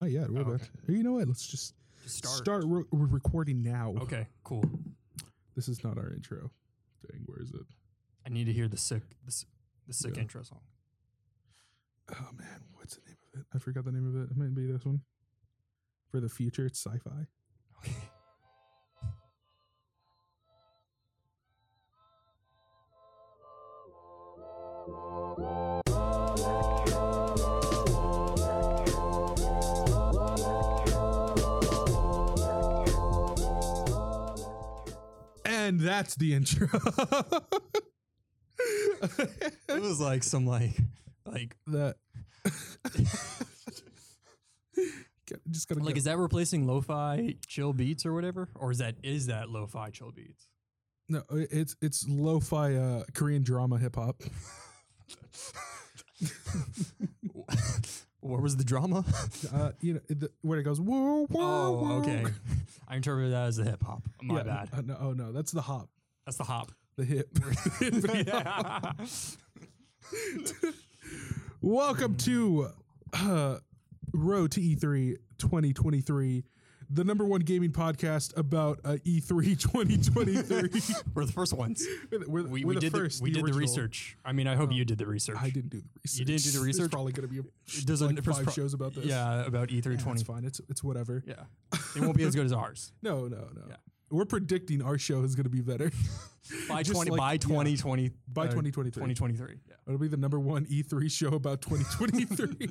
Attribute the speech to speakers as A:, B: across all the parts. A: Not yet. We're
B: Oh,
A: about to- You know what? Let's just
B: Just
A: start. re- we're recording now.
B: Okay, cool.
A: This is not our intro. Dang, where is it?
B: I need to hear the sick, the, s- the sick
A: Yeah.
B: intro song.
A: Oh man, what's the name of it? I forgot the name of it. It might be this one. For the future, it's sci-fi.
B: Okay.
A: And that's the intro.
B: It was like some like like
A: that Get- just gotta
B: like
A: get-
B: is that replacing lo-fi chill beats or whatever, or is that is that lo-fi chill beats?
A: no it- it's it's lo-fi uh korean drama hip-hop
B: what was the drama?
A: uh you know the, where it goes whoa whoa
B: oh,
A: whoa."
B: okay. I interpreted that as the hip hop. My
A: Yeah,
B: bad.
A: uh, no, oh no that's the hop
B: That's the hop.
A: the hip
B: yeah.
A: welcome to uh row to E e3 2023 the number one gaming podcast about uh, e3 2023
B: We're the first ones.
A: we're, the-
B: We,
A: we're
B: we
A: the
B: did
A: first
B: the, we did the
A: original. Oh.
B: research. I mean, I hope you did the research.
A: i didn't do the research
B: You didn't do the research?
A: there's probably gonna be a,
B: There's a-
A: like
B: there's
A: five
B: pro-
A: shows about this
B: Yeah, about E E3
A: Yeah, it's
B: 20.
A: fine. It's it's whatever.
B: Yeah. It won't be as good as ours.
A: No, no, no.
B: Yeah.
A: We're predicting our show is going to be better
B: By
A: Just
B: 20
A: like-
B: by
A: yeah.
B: 2020
A: by
B: uh,
A: 2023.
B: 2023. Yeah.
A: It'll be the number one E3 show about 2023.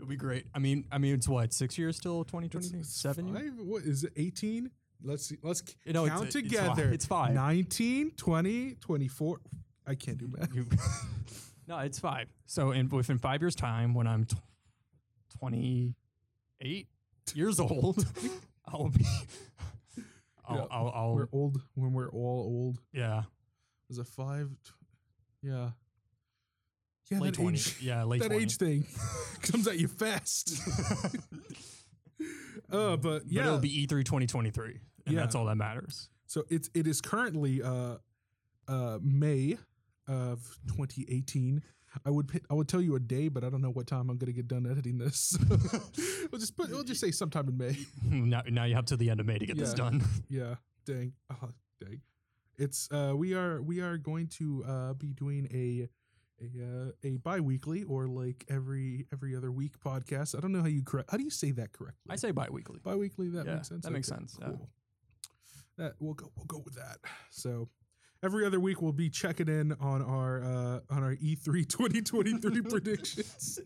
B: It'll be great. I mean, I mean it's what? 6 years till
A: It's-
B: 2020?
A: it's
B: 7 years?
A: five? What is it? 18? Let's see. Let's c-
B: You know, it's-
A: count
B: it's five-
A: together.
B: it's five.
A: 19, 20, 24. I can't do math.
B: You- no, it's 5. So in within 5 years time when I'm tw 28 years old, I'll be I'll,
A: Yeah,
B: I'll, I'll
A: We're old when we're all old.
B: yeah,
A: Is a five? T- yeah. Yeah,
B: late
A: that
B: 20s.
A: age.
B: Yeah, late
A: That
B: 20s.
A: age thing comes at you fast. uh, but
B: But
A: yeah,
B: it'll be E E3 2023. And
A: Yeah.
B: that's all that matters.
A: So it's it is currently uh, uh, May of 2018. I would pi- I would tell you a day, but I don't know what time I'm going to get done editing this. we'll just put we'll just say sometime in May.
B: now, now you have to the end of May to get this
A: Yeah.
B: done.
A: Yeah, dang, oh, dang. It's uh, we are we are going to uh, be doing a a uh, a biweekly or like every every other week podcast. I don't know how you correct. How do you say that correctly?
B: I say bi-weekly.
A: biweekly. That
B: Yeah,
A: makes sense.
B: that makes sense, yeah.
A: That we'll go. We'll go with that. So every other week we'll be checking in on our uh, on our E3 2023 predictions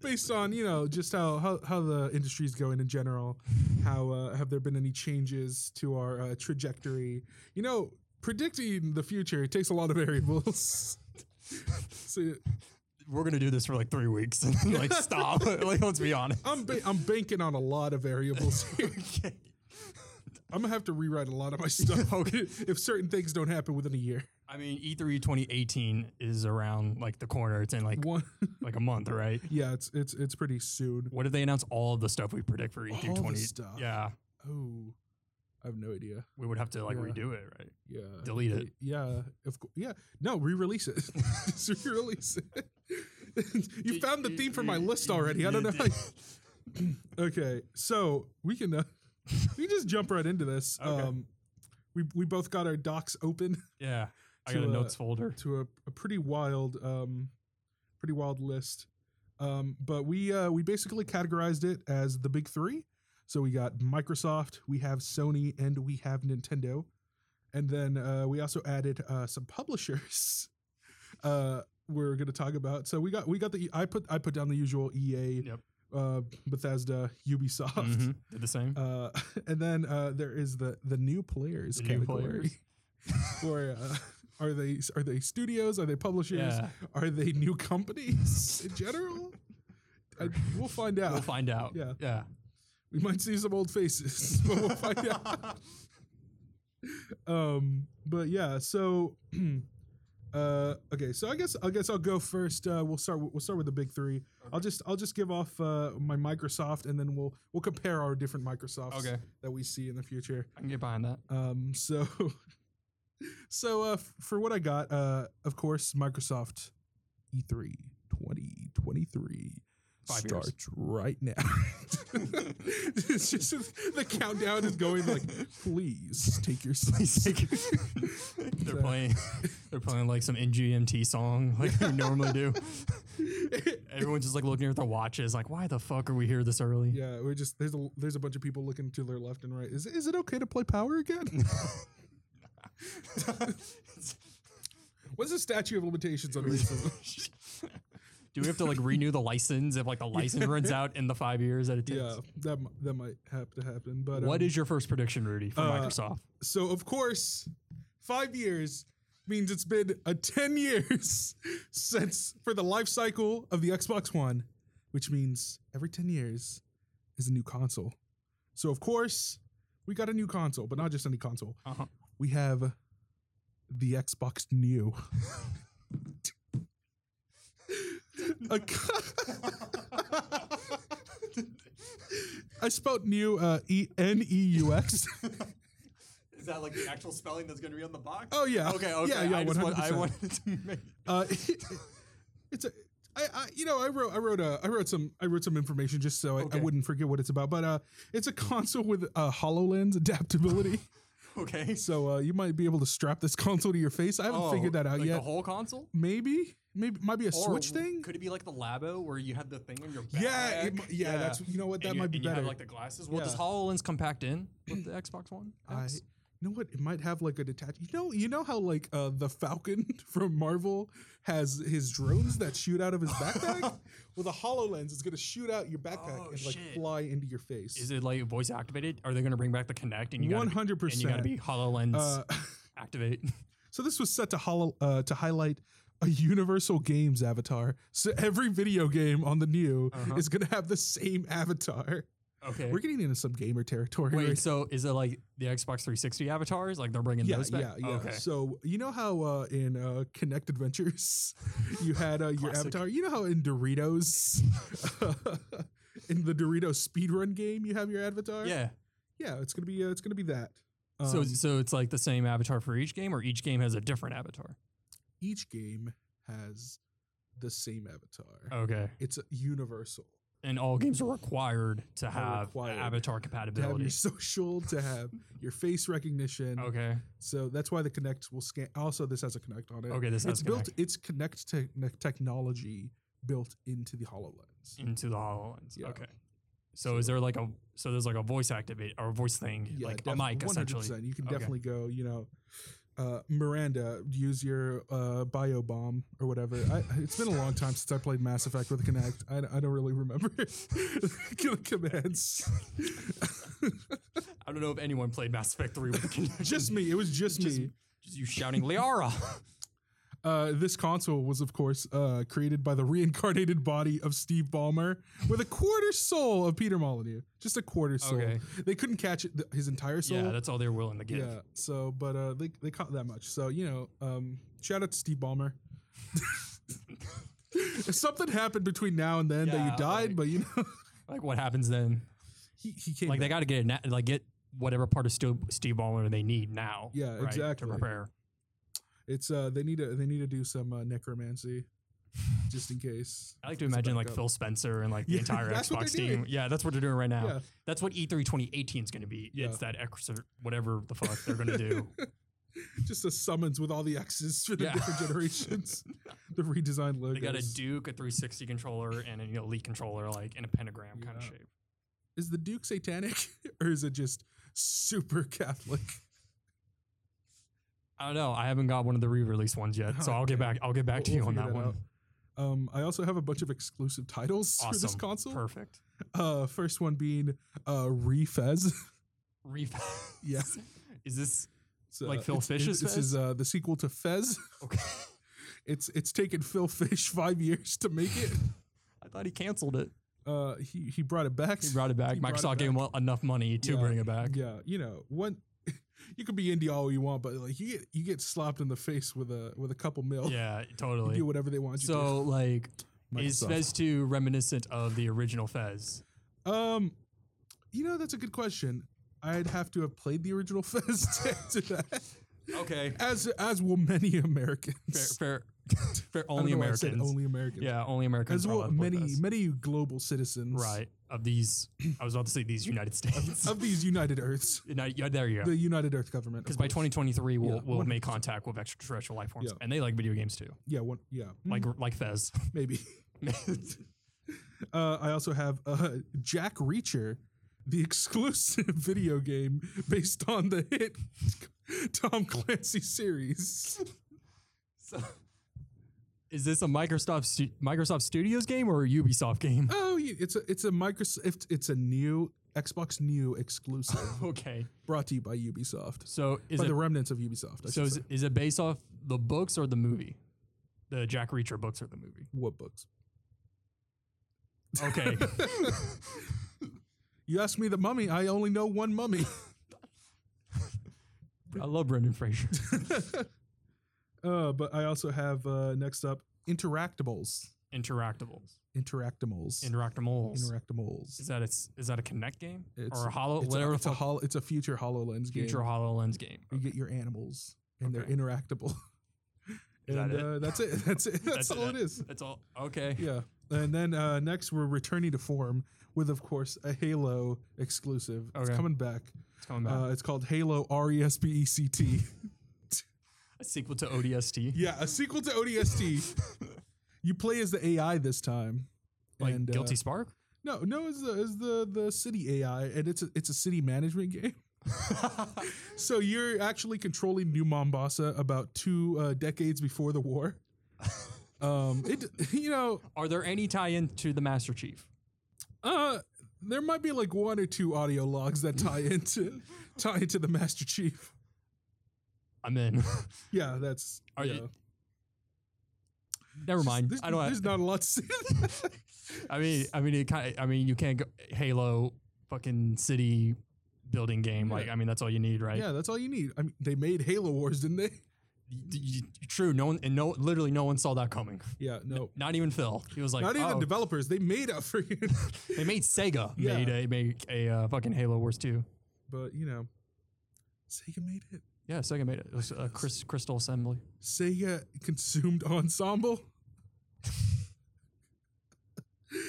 A: based on you know just how how, how the industry is going in general. How uh, have there been any changes to our uh, trajectory? You know, predicting the future it takes a lot of variables. so
B: We're gonna do this for like three weeks and like stop. like let's be honest.
A: I'm ba- I'm banking on a lot of variables here.
B: okay.
A: I'm gonna have to rewrite a lot of my stuff
B: Okay.
A: if certain things don't happen within a year.
B: I mean, E E3 2018 is around like the corner. It's in like
A: One,
B: like a month, right?
A: yeah, it's it's it's pretty soon.
B: What if they announce all of the stuff we predict for E3
A: All the
B: 20?
A: stuff.
B: Yeah,
A: Oh, I have no idea.
B: we would have to like
A: Yeah.
B: redo it, right?
A: Yeah,
B: Delete it.
A: Yeah, of course. Yeah, no, re-release it. Just re-release it. you found the theme for my list already. I don't know. How okay, so we can uh, we can just jump right into this.
B: Okay.
A: Um, we we both got our docs open.
B: yeah, I
A: To,
B: got a
A: uh,
B: notes folder.
A: to a, a pretty wild um pretty wild list um but we uh we basically categorized it as the big three so we got microsoft we have sony and we have nintendo and then uh we also added uh some publishers uh we're gonna talk about so we got we got the i put i put down the usual ea
B: Yep.
A: uh bethesda ubisoft
B: Mhm. Did the same.
A: uh and then uh there is the the new players
B: The new
A: category
B: players.
A: or uh, are they are they studios? Are they publishers?
B: Yeah,
A: Are they new companies in general? I, we'll find out.
B: we'll find out.
A: Yeah.
B: yeah.
A: we might see some old faces, but we'll find out. Um, but yeah, so uh, okay, so I guess I guess I'll go first. Uh, we'll start with- we'll start with the big three. I'll just I'll just give off uh, my Microsoft, and then we'll we'll compare our different Microsofts
B: Okay,
A: that we see in the future.
B: I can get behind that.
A: Um, so, so uh, f- for what I got, E uh, of course, Microsoft E3 2023.
B: Five years.
A: starts right now. it's just the countdown is going like, please take your
B: He's
A: seats.
B: like- they're playing they're playing like some NGMT song like they normally do. Everyone's just like looking at their watches like why the fuck are we here this early?
A: Yeah, we just there's a there's a bunch of people looking to their left and right. Is is it okay to play power again? What's the statute of limitations on racism?
B: do we have to like renew the license if like the license runs out in the 5 years that it takes?
A: yeah, that mi- that might have to happen. But
B: What
A: um,
B: is your first prediction, Rudy, for
A: uh,
B: Microsoft?
A: so? Of course, five years means it's been a ten years since for the life cycle of the Xbox One, which means every ten years is a new console. So of course, we got a new console, but not just any console.
B: Uh-huh.
A: we have the Xbox New. A co- I spelled new uh, E N E U X.
B: Is that like the actual spelling that's going to be on the box?
A: Oh yeah. Yeah, yeah. One hundred percent.
B: wanted to make
A: Uh, it's a. I, I, you know, I wrote, I wrote, a, I wrote some, I wrote some information just so I,
B: Okay.
A: I wouldn't forget what it's about. But uh, it's a console with uh, Hololens adaptability,
B: okay.
A: so uh, you might be able to strap this console to your face. I haven't
B: Oh,
A: figured that out
B: like
A: yet.
B: The whole console?
A: maybe maybe might be a
B: Or
A: switch thing
B: Could it be like the Labo where you had the thing on your back?
A: yeah, it, mi- yeah that's you know what that
B: and you,
A: might be
B: and you
A: better
B: have like the glasses. Well, does
A: Yeah.
B: Hololens compact in with the Xbox One?
A: I,
B: X?
A: you know what it might have like a detached you know you know how like uh the falcon from marvel has his drones that shoot out of his backpack well the hololens is gonna shoot out your backpack
B: Oh,
A: and like
B: shit.
A: fly into your face
B: Is it like voice activated? Are they going to bring back the Connect and you got to
A: 100%
B: and you got to be Hololens
A: uh,
B: activate?
A: so this was set to holo, uh, to highlight a universal games avatar so every video game on the new
B: Uh-huh.
A: is gonna have the same avatar
B: Okay.
A: we're getting into some gamer territory right
B: Wait, so is it like the Xbox 360 avatars? Like they're bringing
A: Yeah,
B: those back?
A: yeah, yeah.
B: Okay.
A: So you know how uh, in uh, Connect Adventures, you had uh, your
B: Classic.
A: avatar. You know how in Doritos, in the Doritos speedrun game, you have your avatar.
B: Yeah.
A: yeah. It's gonna be uh, it's gonna be that. Um,
B: so so it's like the same avatar for each game, or each game has a different avatar.
A: each game has the same avatar.
B: Okay.
A: It's universal
B: And all games are required to have
A: required
B: avatar
A: to have your
B: compatibility.
A: social, to have your face recognition.
B: Okay.
A: So that's why the Connect will scan. Also, this has a Connect on it.
B: Okay. This
A: It's
B: has
A: built.
B: Kinect
A: It's Connect te- technology built into the Hololens.
B: into the Hololens.
A: Yeah.
B: Okay. So is there like a so there's like a voice activate or a voice thing like a
A: def-
B: mic essentially?
A: 100%. You can
B: Okay.
A: definitely go, you know, uh, Miranda, use your uh, bio bomb or whatever. I, it's been a long time since I played Mass Effect with Connect. I, I don't really remember the commands.
B: I don't know if anyone played Mass Effect Three with the connection.
A: just me. It was just,
B: Just-
A: me.
B: Just you shouting Liara.
A: Uh, this console was, of course, uh, created by the reincarnated body of Steve Ballmer with a quarter soul of Peter Molyneux. Just a quarter soul.
B: Okay.
A: They couldn't catch it, th- his entire soul.
B: yeah, that's all they're willing to give.
A: Yeah. So, but uh, they they caught that much. So you know, um, shout out to Steve Ballmer. if something happened between now and then that
B: Yeah,
A: you died,
B: like-
A: but you know,
B: Like what happens then?
A: he he came.
B: Like
A: back.
B: they got to get a na- like get whatever part of Steve, Steve Ballmer they need now.
A: Yeah,
B: right,
A: exactly.
B: To prepare.
A: It's uh, they need to they need to do some uh, necromancy, just in case.
B: I like to
A: It's
B: imagine
A: back
B: like
A: up.
B: Phil Spencer and like the
A: Yeah,
B: entire
A: that's what
B: Xbox
A: they're
B: team.
A: doing.
B: Yeah, that's what they're doing right now.
A: Yeah.
B: That's what E E3 2018 is going to be. It's that extra whatever the fuck they're going to do.
A: Just a summons with all the X's for the
B: Yeah.
A: different generations. the redesigned logos.
B: They got a Duke, a 360 controller, and an Elite controller, like in a pentagram kind of
A: Yeah.
B: shape.
A: is the Duke satanic or is it just super Catholic?
B: I don't know. I haven't got one of the re-release ones yet, so I'll get
A: Okay.
B: back. I'll get back to
A: We'll-
B: you
A: we'll
B: on
A: figure
B: that one.
A: out. Um, I also have a bunch of exclusive titles for this
B: Awesome.
A: console.
B: Perfect.
A: Uh, first one being uh, Refez.
B: Reef.
A: Yeah.
B: Is this
A: It's, uh,
B: Like Phil
A: it's-
B: Fish's
A: This
B: Fez?
A: is uh, the sequel to Fez.
B: okay?
A: It's it's taken Phil Fish five years to make it.
B: I thought he canceled it.
A: Uh, he he brought it back.
B: He brought it back.
A: He brought it
B: Microsoft gave him enough money to
A: Yeah.
B: bring it back.
A: Yeah, you know one. You could be indie all you want, but like you get you get slapped in the face with a with a couple mil.
B: Yeah,
A: You
B: totally.
A: do whatever they want you
B: So like,
A: to.
B: is
A: Microsoft.
B: Fez 2 reminiscent of the original Fez?
A: Um, you know that's a good question. I'd have to have played the original Fez to answer that,
B: Okay.
A: as as will many
B: Fair,
A: Americans.
B: fair, For
A: I don't
B: only
A: know why I said
B: Americans.
A: Only Americans.
B: yeah, only Americans.
A: As
B: are
A: well,
B: allowed to vote
A: many
B: for this.
A: many global citizens.
B: right of these. I was about to say these United States.
A: Of these United Earths,
B: No, yeah, there you go.
A: the United Earth government. of
B: Because by
A: course.
B: 2023, we'll,
A: Yeah,
B: we'll make
A: 100%.
B: contact with extraterrestrial life forms,
A: Yeah. Mm-hmm.
B: and they like video games too,
A: Yeah. One. Yeah. Hmm,
B: like like Fez.
A: maybe. Uh, I also have uh, Jack Reacher, the exclusive video game based on the hit Tom Clancy series.
B: so, is this a Microsoft Stu- Microsoft Studios game or a Ubisoft game?
A: Oh, yeah, it's a it's a Microsoft. It's a new Xbox New exclusive
B: okay,
A: brought to you by Ubisoft.
B: so is
A: by
B: it
A: the remnants of Ubisoft. I
B: so
A: should
B: is,
A: say.
B: is it based off the books or the movie? The Jack Reacher books or the movie?
A: what books?
B: Okay,
A: You asked me the mummy. I only know one mummy.
B: I love Brendan Fraser.
A: uh, but I also have uh, next up interactables.
B: Interactables,
A: Interactimals.
B: interactables.
A: Interactimals.
B: is that it's is that a Connect game
A: It's-
B: or a Hollow?
A: It's
B: Whatever
A: a,
B: the
A: it's a
B: fuck-
A: hol- it's a future Hololens game.
B: future Hololens game.
A: You get your animals and
B: Okay.
A: they're interactable.
B: Is that
A: and
B: it?
A: Uh, that's it. That's it. That's,
B: That's
A: all
B: it.
A: it is.
B: That's all. Okay.
A: Yeah. And then uh, next we're returning to form with, of course, a Halo exclusive. It's
B: Okay.
A: coming back.
B: It's coming back.
A: Uh, it's called Halo R E S P E C T.
B: a sequel to ODST,
A: Yeah, a sequel to ODST. you play as the AI this time.
B: like
A: And, uh,
B: Guilty Spark.
A: no, no, is the is the the city AI, and it's a, it's a city management game. So you're actually controlling New Mombasa about two uh, decades before the war. Um, it you know
B: Are there any tie-in to the Master Chief?
A: uh there might be like one or two audio logs that tie into tie into the Master Chief.
B: I'm in.
A: Yeah, that's
B: Are
A: yeah.
B: you- Never mind.
A: There's,
B: I don't.
A: there's
B: Have,
A: not a lot to say.
B: I mean, I mean, it kind. I mean, you can't go Halo, fucking city building game. Like,
A: Yeah.
B: I mean, that's all you need, right?
A: yeah, that's all you need. I mean, they made Halo Wars, didn't they?
B: Y- y- y- True. No one and no, literally, no one saw that coming.
A: Yeah, no.
B: Not even Phil. He was like,
A: Not even
B: "Oh."
A: developers. They made up for you.
B: they made Sega
A: Yeah.
B: made a make a uh, fucking Halo Wars 2.
A: but you know, Sega made it.
B: Yeah, Sega made it. It was uh, Chris, Crystal Assembly.
A: Sega consumed ensemble.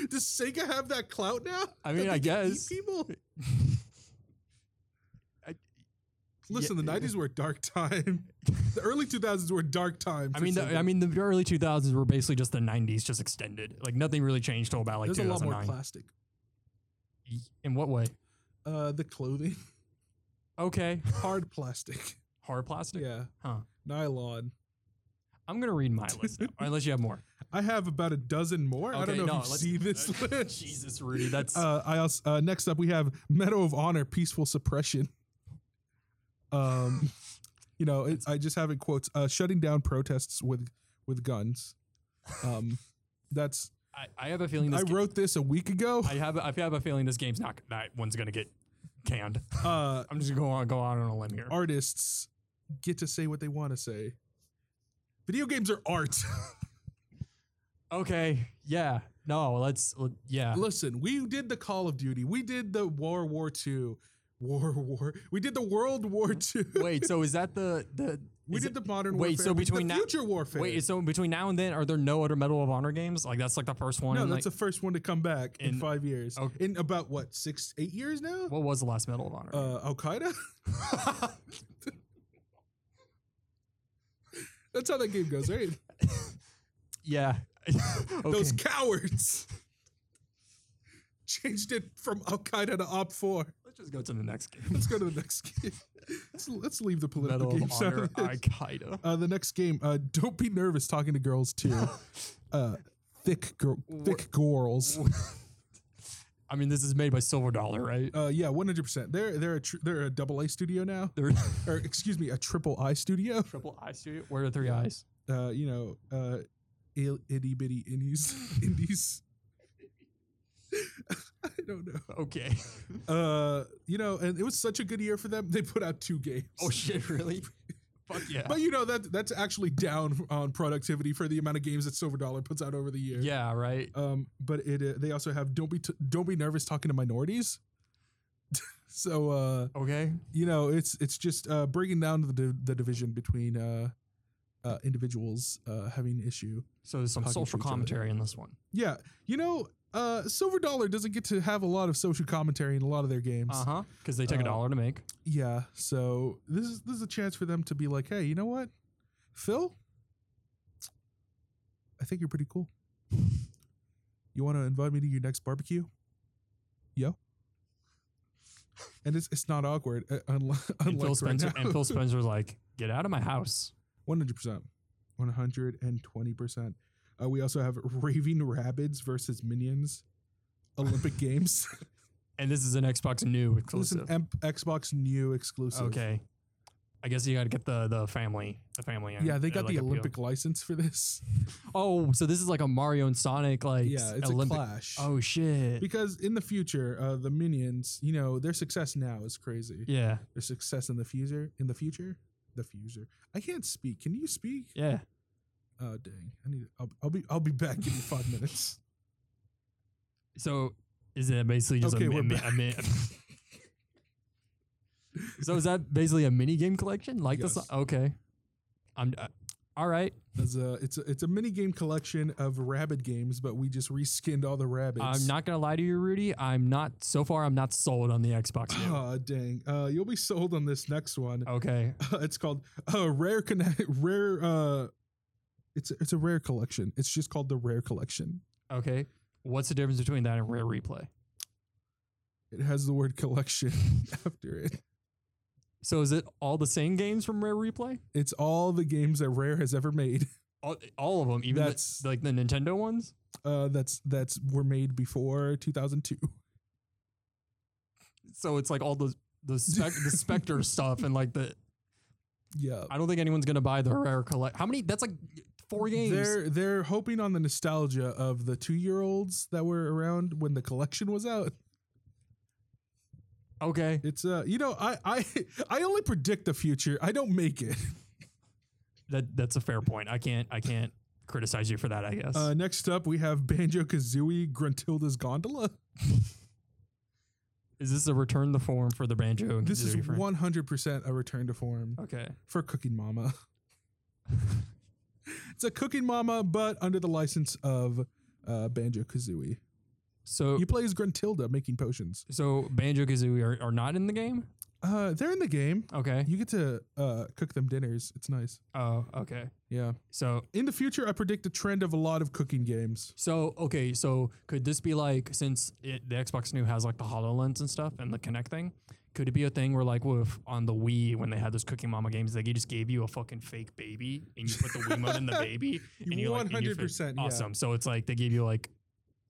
A: Does Sega have that clout now?
B: I mean,
A: That
B: I
A: they can eat
B: guess.
A: people.
B: I-
A: Listen, the
B: Yeah.
A: '90s were a dark time. The early 2000s were a dark time.
B: I
A: for
B: mean, the,
A: Sega.
B: I mean, the early 2000s were basically just the 90s, just extended. Like nothing really changed till about like
A: there's a lot more
B: 2009.
A: plastic.
B: In what way?
A: Uh, the clothing,
B: Okay,
A: hard plastic.
B: hard plastic.
A: Yeah,
B: Huh.
A: nylon.
B: I'm gonna read my list now, unless you have more.
A: I have about a dozen more. I don't
B: Okay,
A: know
B: no,
A: if you
B: let's-
A: see this list.
B: Jesus, Rudy, that's
A: Uh, I also, uh, next up, we have Medal of Honor, Peaceful Suppression. Um, you know, it, I just have it quotes uh, shutting down protests with with guns. Um, that's
B: I, I have a feeling this.
A: I
B: ga-
A: wrote this a week ago.
B: I have. a- I have a feeling this game's not. That one's gonna get canned.
A: Uh,
B: I'm just gonna go on, go on on a limb here.
A: artists get to say what they want to say. Video games are art.
B: Okay, yeah, no, let's. let- Yeah,
A: Listen, we did the Call of Duty. We did the War War Two. War War. We did the World War Two.
B: wait. So is that the the?
A: we
B: is
A: did
B: it-
A: the modern
B: wait,
A: warfare.
B: so
A: We did the
B: between now-
A: future warfare.
B: Wait, so between now and then, are there no other Medal of Honor games? Like that's like the first one.
A: No,
B: and,
A: that's
B: like,
A: the first one to come back in,
B: in-
A: five years.
B: Oh.
A: In about what six, eight years now?
B: what was the last Medal of Honor?
A: Uh, Al Qaeda. That's how that game goes, right?
B: yeah. okay.
A: Those cowards changed it from Al Qaeda to Op Four.
B: Let's just go to the next game.
A: Let's go to the next game. Let's, let's leave the political
B: Medal of
A: games out
B: Honor
A: of
B: Al
A: this.
B: Qaeda.
A: Uh, the next game. Uh, don't be nervous talking to girls too. Uh, thick girl, thick girls.
B: I mean, this is made by Silver Dollar, right?
A: Uh, yeah, one hundred percent. They're they're a tr- they're a double A studio now,
B: They're
A: or excuse me, a triple I studio.
B: triple I Studio. Where are the three eyes?
A: uh, you know, uh, il- itty bitty indies, indies. I don't know.
B: Okay.
A: Uh, you know, and it was such a good year for them. They put out two games.
B: Oh shit! Really? Fuck yeah.
A: But you know that that's actually down on productivity for the amount of games that Silver Dollar puts out over the year.
B: Yeah. Right.
A: Um, but it uh, they also have don't be t- don't be nervous talking to minorities. so uh,
B: Okay.
A: you know, it's it's just uh, breaking down the di- the division between uh, uh, individuals uh, having issue.
B: So there's some
A: Talking to
B: social
A: each other.
B: commentary in this one.
A: Yeah, you know, uh, Silver Dollar doesn't get to have a lot of social commentary in a lot of their games.
B: Uh huh. Because they took
A: Uh,
B: a dollar to make.
A: Yeah, so this is this is a chance for them to be like, hey, you know what, Phil, I think you're pretty cool. You want to invite me to your next barbecue? Yo. And it's it's not awkward. uh, unli-
B: And
A: Unlike
B: Phil
A: right
B: Spencer
A: now.
B: and Phil Spencer's like, get out of my house.
A: One hundred percent. One hundred and twenty percent. Uh, We also have raving rabbits versus minions, Olympic Games.
B: And this is an Xbox new
A: this is
B: exclusive.
A: an M- Xbox New exclusive.
B: Okay. I guess you got to get the the family the family. in-
A: Yeah, they
B: uh,
A: got
B: like,
A: the
B: appeal.
A: Olympic license for this.
B: Oh, so this is like a Mario and Sonic like
A: yeah, it's
B: Olympic.
A: a clash.
B: oh shit.
A: Because in the future, uh, the minions, you know, their success now is crazy.
B: yeah.
A: Their success in the future, in the future, the future. I can't speak. Can you speak?
B: Yeah.
A: Oh dang! I need. I'll, I'll be. I'll be back. Give me five minutes.
B: So is it basically just a
A: Okay,
B: mi-
A: we're
B: a, mi-
A: back.
B: a mi- So is that basically a mini game collection like this?
A: Yes.
B: Okay. I'm uh, All right.
A: It's a it's a it's a mini game collection of rabbit games, but we just reskinned all the rabbits.
B: I'm not going to lie to you, Rudy. I'm not so far I'm not sold on the Xbox new.
A: Oh dang! Uh, you'll be sold on this next one.
B: Okay.
A: it's called uh, rare connect rare. Uh, it's it's a rare collection. It's just called the rare collection.
B: Okay. What's the difference between that and rare replay?
A: It has the word collection after it.
B: So is it all the same games from rare replay?
A: It's all the games that Rare has ever made.
B: All, all of them, even
A: That's-
B: the, like the Nintendo ones?
A: Uh, that's that's were made before 2002.
B: So it's like all the the, spec, the Spectre stuff and like the
A: Yeah,
B: I don't think anyone's going to buy the rare collect. How many? That's like four games.
A: they're they're hoping on the nostalgia of the two year olds that were around when the collection was out.
B: okay.
A: It's uh, you know, I I I only predict the future. I don't make it.
B: That that's a fair point. I can't I can't criticize you for that. I guess.
A: Uh, next up, we have Banjo Kazooie Gruntilda's Gondola.
B: is this a return to form for the banjo? And
A: This is
B: Kazooie franchise?
A: 100% a return to form
B: Okay.
A: for Cooking Mama. it's a Cooking Mama, but under the license of uh, Banjo Kazooie.
B: So Oh.
A: You play as Gruntilda making potions.
B: so banjo kazooie are, are not in the game.
A: Uh, they're in the game.
B: Okay.
A: You get to uh, cook them dinners. It's nice.
B: Oh okay.
A: Yeah.
B: So
A: In the future, I predict a trend of a lot of cooking games.
B: So okay, so could this be like since it, the Xbox New has like the Hololens and stuff and the Kinect thing? Could it be a thing where like with on the Wii when they had those Cooking Mama games, like you just gave you a fucking fake baby and you put the Wiimote in the baby and you like and you fit-
A: 100%, yeah.
B: awesome. So it's like they gave you like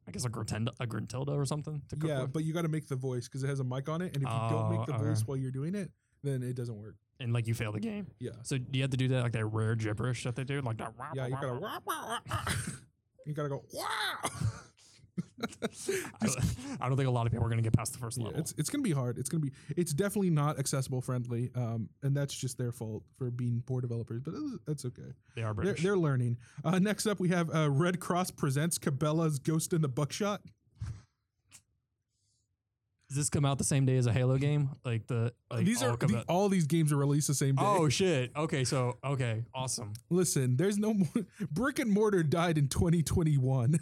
B: I guess a Gruntilda, a Gruntilda or something to cook
A: Yeah,
B: with,
A: but you got to make the voice because it has a mic on it. And if you don't
B: Oh,
A: make the
B: okay.
A: voice while you're doing it, then it doesn't work.
B: and like you fail the game.
A: Yeah.
B: So do you have to do that like that rare gibberish that they do, like that.
A: Yeah, you gotta wah, wah, wah, wah. you gotta go wow.
B: I, I don't think a lot of people are gonna get past the first
A: Yeah,
B: level.
A: it's it's gonna be hard. It's gonna be it's definitely not accessible friendly, um, and that's just their fault for being poor developers. But it's- that's okay.
B: They
A: They're,
B: are British.
A: they're learning. Uh, next up, we have uh, Red Cross presents Cabela's Ghost in the Buckshot.
B: Does this come out the same day as a Halo game? Like the like oh,
A: these
B: all
A: are
B: come
A: the-
B: out-
A: all these games are released the same day.
B: Oh shit. Okay, so okay, awesome.
A: Listen, there's no more brick and mortar died in 2021.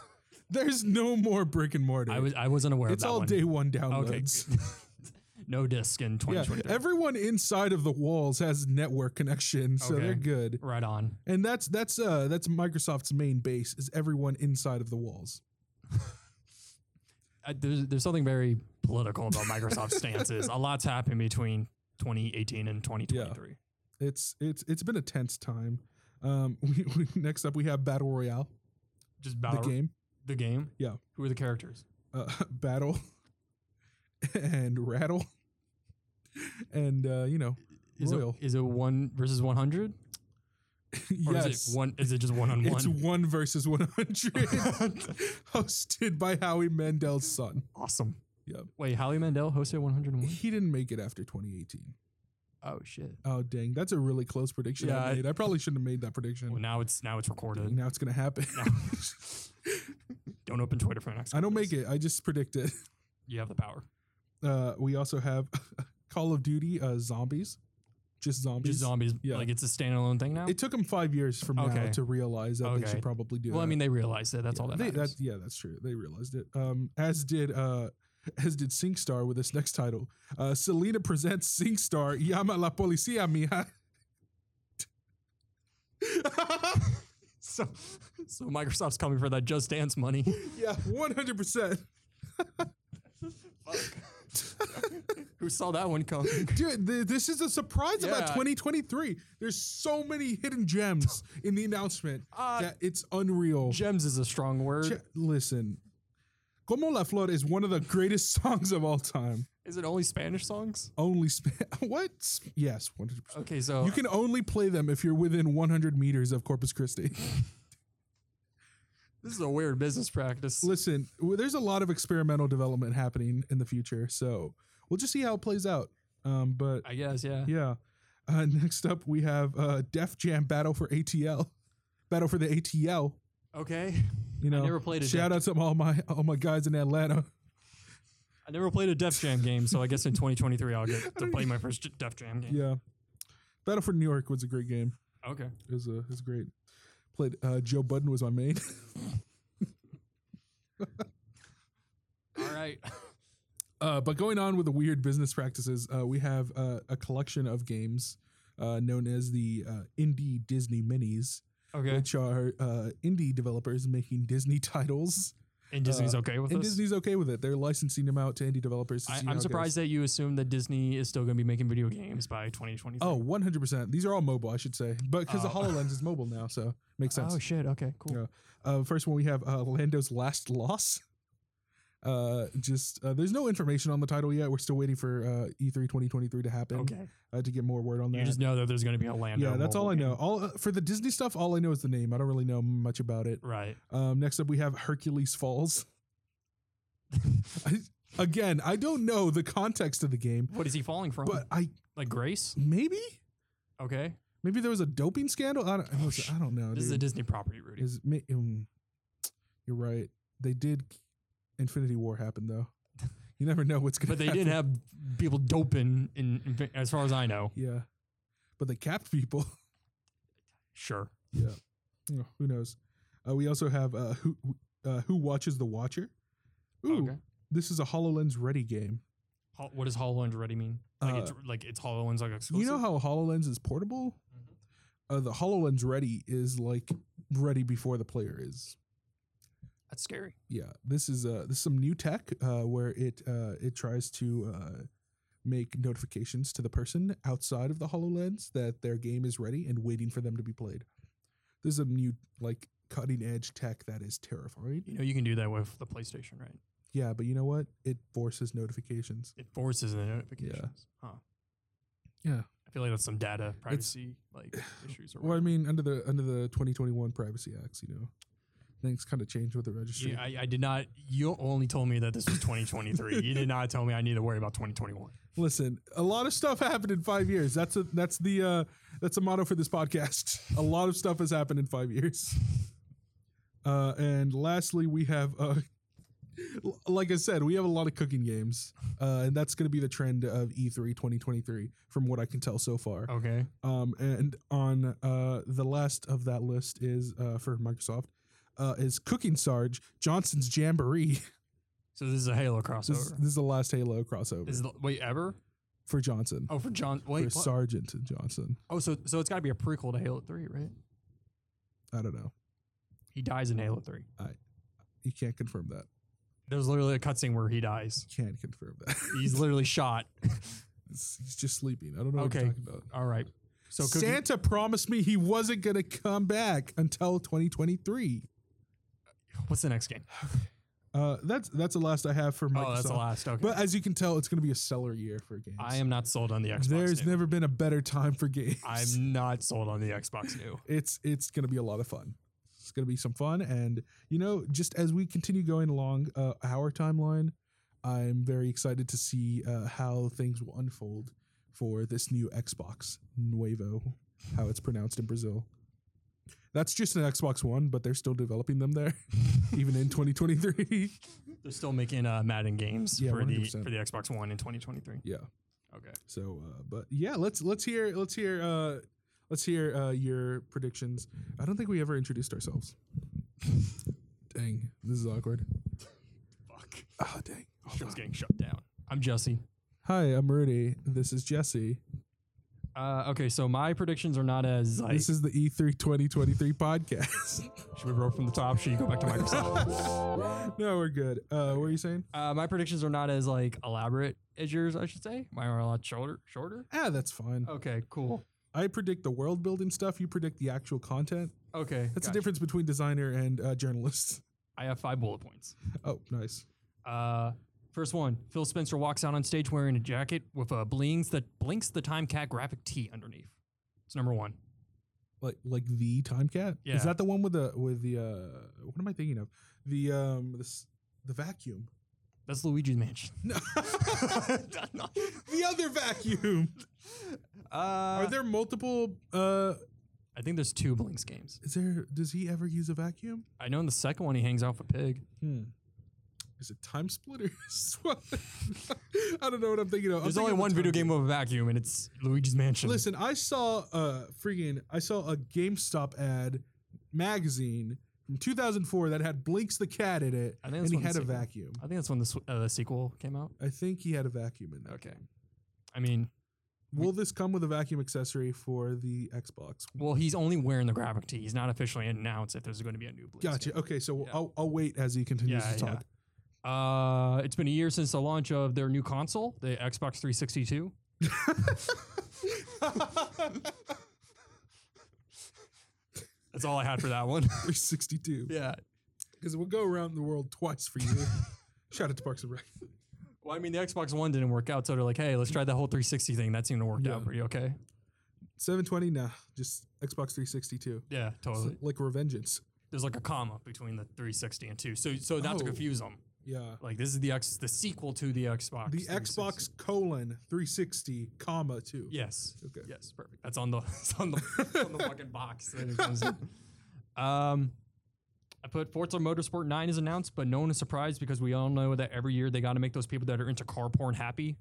A: there's no more brick and mortar.
B: I was I wasn't aware
A: it's
B: of that
A: all
B: one.
A: day one downloads.
B: okay. no disc in
A: Yeah,
B: 2023.
A: everyone inside of the walls has network connection, so they're
B: Okay.
A: good.
B: right on.
A: And that's that's uh that's Microsoft's main base is everyone inside of the walls.
B: I, there's there's something very political about Microsoft's stances. A lot's happened between 2018 and 2023.
A: It's it's it's been a tense time. Um, we, we, next up we have Battle Royale, the
B: Just battle
A: game,
B: the game?
A: Yeah.
B: Who are the characters?
A: uh, Battle, and Rattle, and uh, you know,
B: Is it,
A: Royal.
B: is it 1 versus 100? Or
A: yes,
B: is it one is it just one on
A: it's
B: one?
A: one versus one hundred, hosted by Howie Mandel's son.
B: Awesome.
A: Yep.
B: Wait, Howie Mandel hosted 101?
A: He didn't make it after 2018.
B: Oh shit.
A: Oh dang, that's a really close prediction
B: Yeah,
A: I
B: I-
A: made. I probably shouldn't have made that
B: Well,
A: prediction.
B: now it's now it's recorded.
A: Now it's gonna happen.
B: Don't open Twitter for the next.
A: I don't
B: couple
A: make
B: days.
A: it. I just predict it.
B: You have the power.
A: Uh, we also have Call of Duty uh, Zombies. just zombies.
B: Just zombies.
A: Yeah.
B: Like it's a standalone thing now.
A: It took them five years from now
B: Okay.
A: to realize that they
B: Okay.
A: should probably do.
B: well, I
A: that.
B: mean, they realized it. That's
A: Yeah,
B: all that
A: they,
B: matters.
A: yeah, that's true. They realized it. Um, as did uh, as did SingStar with this next title. Uh, Selena presents SingStar. Llama la policía, mija.
B: so, so Microsoft's coming for that Just Dance money.
A: yeah, one hundred percent,
B: Who saw that one coming?
A: dude. Th- this is a surprise about
B: Yeah.
A: twenty twenty three. There's so many hidden gems in the announcement
B: Uh,
A: that it's unreal.
B: Gems is a strong word.
A: Che- listen, "Como la Flor" is one of the greatest songs of all time.
B: is it only Spanish songs?
A: Only sp- what? Yes, one hundred percent.
B: Okay, so
A: You can only play them if you're within 100 meters of Corpus Christi.
B: this is a weird business practice.
A: Listen, well, there's a lot of experimental development happening in the future, so we'll just see how it plays out. Um, but
B: I guess, yeah.
A: yeah, uh, next up we have uh, Def Jam Battle for ATL, Battle for the ATL.
B: Okay.
A: You know,
B: never played a
A: shout out to all my all my guys in Atlanta.
B: I never played a Def Jam game, so I guess in 2023 I'll get to play my first J- Def Jam game.
A: Yeah, Battle for New York was a great game.
B: Okay.
A: It was, uh, it was great. Played uh, Joe Budden was my main.
B: All right.
A: Uh, but going on with the weird business practices, uh, we have uh, a collection of games uh, known as the uh, Indie Disney Minis,
B: Okay.
A: which are uh, indie developers making Disney titles.
B: And Disney's okay with
A: Uh, And
B: this.
A: Disney's okay with it. They're licensing them out to indie developers. To
B: I,
A: see how it
B: I'm
A: goes.
B: surprised that you assume that Disney is still going to be making video games by 2023.
A: Oh, 100%. These are all mobile, I should say. But because the
B: Oh.
A: HoloLens is mobile now, so makes sense.
B: Oh, shit. Okay, cool.
A: Yeah. Uh, first one we have uh, Lando's Last Loss. Uh, just uh, there's no information on the title yet. We're still waiting for uh, E3 2023 to happen
B: Okay.
A: uh, to get more word on that.
B: You just know that there's going to be a Lando.
A: Yeah, that's all
B: mobile
A: I know.
B: game.
A: All uh, for the Disney stuff, all I know is the name. I don't really know much about it.
B: Right.
A: Um, next up, we have Hercules Falls. I, again, I don't know the context of the game,
B: What is he falling from?
A: but I
B: like Grace?
A: maybe
B: Okay.
A: maybe there was a doping scandal. I don't,
B: Oh,
A: listen, I don't know.
B: This is a
A: dude.
B: Disney property, Rudy.
A: Is ma- um, you're right. They did. Infinity War happened though. You never know what's gonna.
B: but they
A: happen.
B: did have people doping, in, in, as far as I know.
A: Yeah, but they capped people.
B: Sure.
A: Oh, who knows? Uh, we also have uh, who uh, who watches the Watcher. Ooh,
B: Okay.
A: this is a Hololens ready game.
B: Ho- What does HoloLens ready mean? Like,
A: Uh,
B: it's, like it's HoloLens like exclusive? Mm-hmm.
A: You know how Hololens is portable. Uh, the Hololens ready is like ready before the player is.
B: That's scary.
A: Yeah, this is uh, this is some new tech uh, where it uh, it tries to uh, make notifications to the person outside of the Hololens that their game is ready and waiting for them to be played. This is a new like cutting edge tech that is terrifying.
B: You know you can do that with the PlayStation, right?
A: Yeah, but you know what? It forces notifications.
B: It forces the notifications. Huh.
A: Yeah.
B: I feel like that's some data privacy like issues or
A: Well, I
B: whatever.
A: mean, under the under the 2021 Privacy Acts, you know, things kind of change with the registry.
B: You- I, I did not. You only told me that this was 2023. you did not tell me I need to worry about 2021.
A: Listen, a lot of stuff happened in five years. That's a that's the uh, that's a motto for this podcast. A lot of stuff has happened in five years. Uh, and lastly, we have uh, l- like I said, we have a lot of cooking games, uh, and that's going to be the trend of E E3 2023, from what I can tell so far.
B: Okay.
A: Um, and on uh, the last of that list is uh, for Microsoft uh, is Cooking Sarge Johnson's Jamboree.
B: So this is a Halo
A: this, is,
B: crossover.
A: this is the last Halo crossover
B: Is, the, wait ever?
A: for Johnson.
B: Oh, for John.
A: for
B: Wait. what?
A: Sergeant Johnson.
B: Oh, so so it's got to be a prequel to Halo Three, right?
A: I don't know.
B: He dies in Halo Three.
A: You can't confirm that.
B: There's literally a cutscene where he dies.
A: Can't confirm that.
B: He's literally shot.
A: He's he's just sleeping. I don't know what
B: Okay.
A: you're talking about.
B: All right. So cooking,
A: Santa promised me he wasn't going to come back until 2023.
B: what's the next game?
A: Uh, that's that's the last I have for Microsoft.
B: Oh, that's the last. Okay.
A: But uh, as you can tell, it's going to be a seller year for games.
B: I am not sold on the Xbox.
A: There's
B: new.
A: never been a better time for games.
B: I'm not sold on the Xbox new.
A: it's it's going to be a lot of fun. It's going to be some fun, and you know, just as we continue going along uh, our timeline, I'm very excited to see uh, how things will unfold for this new Xbox Nuevo, how it's pronounced in Brazil. That's just an Xbox One, but they're still developing them there, even in 2023.
B: They're still making uh, Madden games
A: Yeah,
B: for the
A: 100%.
B: for the Xbox One in 2023.
A: yeah,
B: Okay.
A: So, uh, but yeah, let's let's hear let's hear uh, let's hear uh, your predictions. I don't think we ever introduced ourselves. dang, this is awkward.
B: Fuck.
A: Oh, dang. Oh,
B: Show's
A: fuck.
B: getting shut down. I'm Jesse.
A: Hi, I'm Rudy. This is Jesse.
B: Uh, okay, so my predictions are not as like.
A: This is the E E3 2023 podcast.
B: should we roll from the top? Should you go back to Microsoft?
A: no, we're good. Uh, what are you saying?
B: uh, my predictions are not as like elaborate as yours, I should say. Mine are a lot shorter. Shorter.
A: Ah, that's fine.
B: Okay. Cool.
A: I predict the world building stuff. You predict the actual content.
B: Okay.
A: That's
B: gotcha.
A: the difference between designer and uh, journalist.
B: I have five bullet points.
A: Oh, nice.
B: Uh, first one: Phil Spencer walks out on stage wearing a jacket with a blings that blinks the Time Cat graphic T underneath. It's number one.
A: Like like the time cat.
B: Yeah.
A: Is that the one with the with the uh, what am I thinking of? The um this the vacuum.
B: That's Luigi's Mansion.
A: No.
B: No.
A: the other vacuum.
B: uh,
A: Are there multiple? Uh,
B: I think there's two Blinks games.
A: is there? Does he ever use a vacuum?
B: I know in the second one he hangs out with a pig.
A: Hmm. Is it Time Splitters? What? I don't know what I'm thinking of. I'm
B: There's
A: thinking
B: only
A: of the
B: one
A: time
B: video game with a vacuum, and it's Luigi's Mansion.
A: Listen, I saw a freaking I saw a GameStop ad magazine from 2004 that had Blinks the cat in it,
B: I think
A: and
B: that's
A: he
B: one
A: had a
B: second.
A: vacuum.
B: I think that's when the, sw- uh, the sequel came out.
A: I think he had a vacuum in there.
B: Okay. I mean,
A: Will this come with a vacuum accessory for the Xbox?
B: well, he's only wearing the graphic tee. He's not officially announced if there's going to be a new Blinks.
A: Gotcha.
B: game.
A: Okay, so
B: Yeah.
A: I'll, I'll wait as he continues
B: Yeah,
A: to
B: yeah.
A: talk.
B: Uh, it's been a year since the launch of their new console, the Xbox 362. That's all I had for that one.
A: 362.
B: yeah.
A: Because we'll go around the world twice for you. Shout out to Parks and Rec.
B: Well, I mean, the Xbox One didn't work out, so they're like, hey, let's try that whole 360 thing. That seemed to work
A: Yeah.
B: out pretty okay.
A: 720, nah, just Xbox 362.
B: Yeah, totally.
A: Like Revengeance.
B: There's like a comma between the 360 and two, so so not to
A: Oh.
B: confuse them.
A: Yeah.
B: Like this is the X, the sequel to the Xbox.
A: The
B: 360.
A: Xbox colon 360 comma two.
B: Yes.
A: Okay.
B: Yes. Perfect. That's on the it's on the, on the fucking box. that it comes in. um, I put Forza Motorsport 9 is announced, but no one is surprised because we all know that every year they got to make those people that are into car porn happy.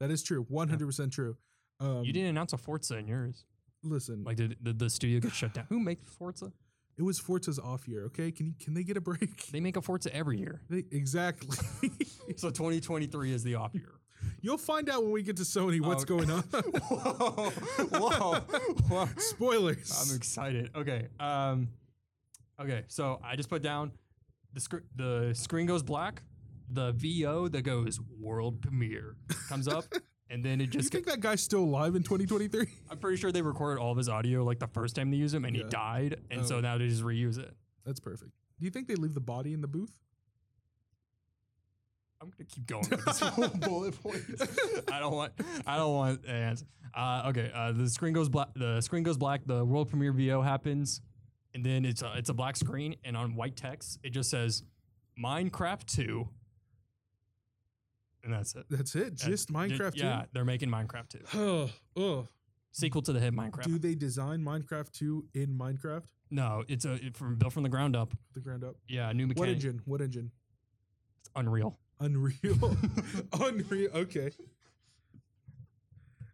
A: That is true. 100% true. Um,
B: you didn't announce a Forza in yours.
A: listen.
B: Like did, did the studio get shut down? Who makes Forza?
A: it was Forza's off year, okay? Can you, can they get a break?
B: They make a Forza every year.
A: They, exactly.
B: So 2023 is the off year.
A: You'll find out when we get to Sony what's
B: Okay.
A: going on.
B: whoa, whoa, whoa.
A: Spoilers.
B: I'm excited. Okay. Um, okay. So I just put down the scr- the screen goes black. The VO that goes world premiere comes up, and then it
A: you
B: just.
A: think that guy's still alive in 2023?
B: I'm pretty sure they recorded all of his audio like the first time they used him, and
A: Yeah.
B: he died, and
A: Oh.
B: so now they just reuse it.
A: That's perfect. Do you think they leave the body in the booth?
B: I'm gonna keep going with this whole bullet point. I don't want. I don't want an answer. Uh, okay, uh, the screen goes black. The screen goes black. The world premiere VO happens, and then it's a, it's a black screen, and on white text it just says Minecraft Two, and that's it.
A: That's it.
B: That's-
A: Just Minecraft
B: Yeah, they're making Minecraft Two,
A: 2? Oh, oh.
B: sequel to the hit Minecraft.
A: Do they design Minecraft 2 in Minecraft?
B: No, it's a it from built from the ground up.
A: The ground up.
B: Yeah, new
A: What
B: mechanic.
A: engine? What engine?
B: It's Unreal.
A: Unreal. Unreal. Okay.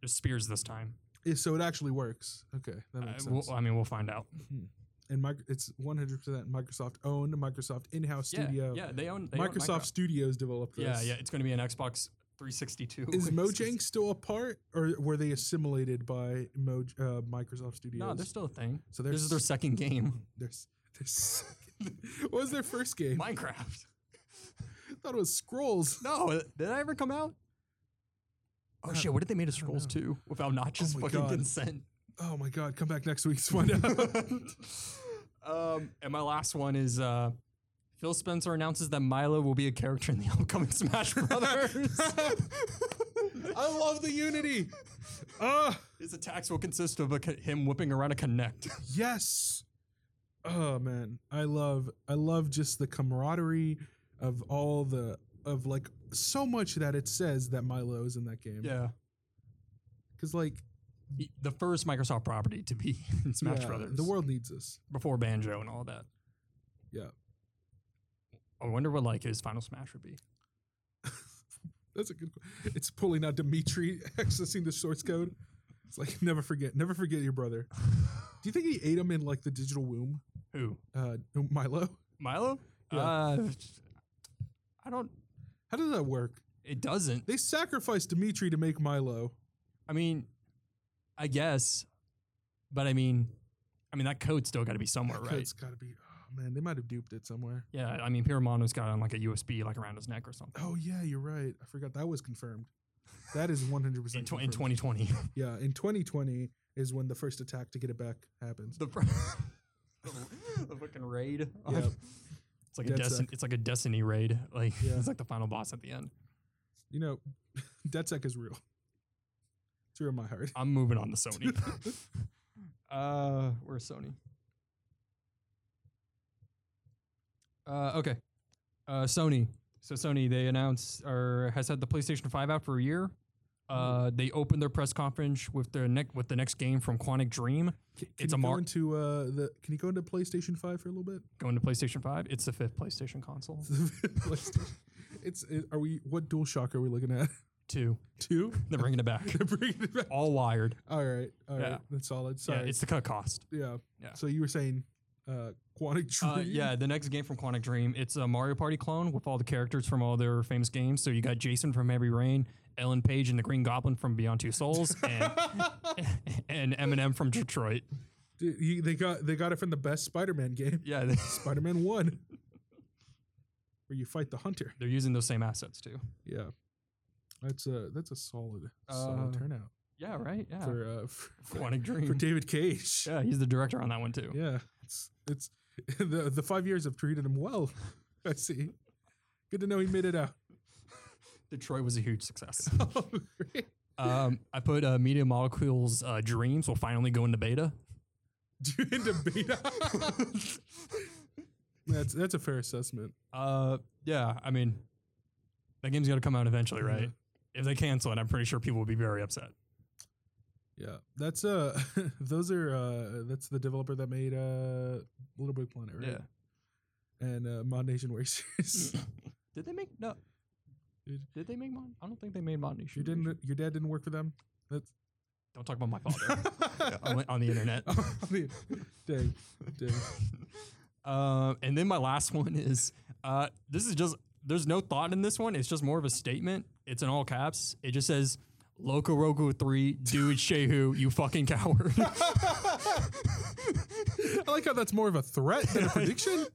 B: There's spears this time.
A: Yeah, so it actually works. Okay, that
B: Uh,
A: makes
B: we'll-
A: sense.
B: I mean, we'll find out.
A: and mic- it's 100% Microsoft owned, Microsoft in-house studio.
B: Yeah, yeah, they own they own
A: Microsoft Studios developed this.
B: Yeah, yeah, it's going to be an Xbox 362.
A: Is
B: exclusive.
A: Mojang still a part, or were they assimilated by Moj- uh, Microsoft Studios?
B: No, they're still a thing.
A: so
B: This is their second game,
A: there's there's what was their first game?
B: Minecraft.
A: I thought it was Scrolls.
B: No, uh, did that ever come out? Oh shit! What if they made a Scrolls two with obnoxious
A: Oh my
B: fucking
A: God.
B: consent?
A: Oh my god! Come back next week to find out.
B: um, and my last one is uh, Phil Spencer announces that Milo will be a character in the upcoming Smash Brothers.
A: I love the Unity. Ah,
B: His attacks will consist of a, co- him whipping around a connect.
A: yes. Oh man, I love I love just the camaraderie of all the of like so much that it says that Milo is in that game.
B: yeah,
A: because like
B: He- the first Microsoft property to be in Smash
A: yeah,
B: Brothers.
A: the world needs us.
B: before banjo and all that.
A: Yeah.
B: I wonder what like his final smash would be.
A: That's a good. It's pulling out Dimitri accessing the source code. It's like never forget, never forget your brother. Do you think he ate him in like the digital womb?
B: Who?
A: Uh, Milo.
B: Milo?
A: Yeah.
B: Uh, I don't.
A: How does that work?
B: It doesn't.
A: They sacrificed Dimitri to make Milo.
B: I mean, I guess, but I mean, I mean that code still got to be somewhere,
A: That
B: right?
A: It's got to be. Oh man, they might have duped it somewhere.
B: Yeah, I mean Piramono's got it on like a USB like around his neck or something.
A: Oh yeah, you're right. I forgot that was confirmed. That is 100
B: In,
A: percent
B: tw- in 2020,
A: Yeah, in 2020 is when the first attack to get it back happens.
B: the, pr- the the fucking raid.
A: Yeah.
B: It's like a
A: Dead
B: Destiny.
A: Sec.
B: It's like a Destiny raid. Like
A: Yeah.
B: it's like the final boss at the end.
A: You know, DedSec is real. It's real in my heart.
B: I'm moving on to Sony. uh, where's Sony? Uh, okay. Uh, Sony. So Sony, they announced or has had the PlayStation Five out for a year. Uh, they opened their press conference with their neck with the next game from Quantic Dream.
A: Can, can
B: It's
A: you
B: a
A: go
B: mar-
A: into uh, the. Can you go into PlayStation 5 for a little bit?
B: Going to PlayStation Five. It's the fifth PlayStation console.
A: PlayStation. It's. It, are we? What DualShock are we looking at?
B: Two.
A: Two.
B: They're bringing it back.
A: They're bringing it back.
B: All wired.
A: All right. All right.
B: Yeah.
A: That's solid. Sorry.
B: Yeah, it's to cut cost.
A: Yeah.
B: Yeah.
A: So you were saying uh Quantic Dream?
B: Uh, yeah, the next game from Quantic Dream. It's a Mario Party clone with all the characters from all their famous games. So you got Jason from Heavy Rain, Ellen Page and the Green Goblin from Beyond Two Souls, and, and Eminem from Detroit.
A: Dude, you- they got they got it from the best Spider-Man game,
B: Yeah, they,
A: Spider-Man 1. Where you fight the hunter.
B: they're using those same assets too.
A: Yeah. That's a that's a solid solid
B: Uh,
A: turnout
B: Yeah, right. Yeah,
A: for uh for,
B: Quantic Dream.
A: for David Cage.
B: yeah, he's the director on that one too.
A: Yeah, it's it's the the 5 years have treated him well. I see. Good to know he made it out.
B: Detroit was a huge success.
A: Oh, great.
B: um, I put uh, Media Molecules uh, Dreams will finally go into beta.
A: Dude, into beta. that's that's a fair assessment.
B: Uh, yeah. I mean, that game's got to come out eventually,
A: Yeah.
B: right? If they cancel it, I'm pretty sure people will be very upset.
A: Yeah, that's uh, those are uh, that's the developer that made uh, Little Big Planet, right? and uh, Mod Nation Racers.
B: Did they make no?
A: Dude.
B: Did they make Mon? I don't think they made Mon.
A: you didn't, your dad didn't work for them. That's
B: Don't talk about my father on, the- on the internet.
A: Oh, dang, dang.
B: Um, and then my last one is uh, this is just there's no thought in this one. It's just more of a statement. It's in all caps. It just says Loco Roco Three, dude Shehu, you fucking coward.
A: I like how that's more of a threat than a prediction.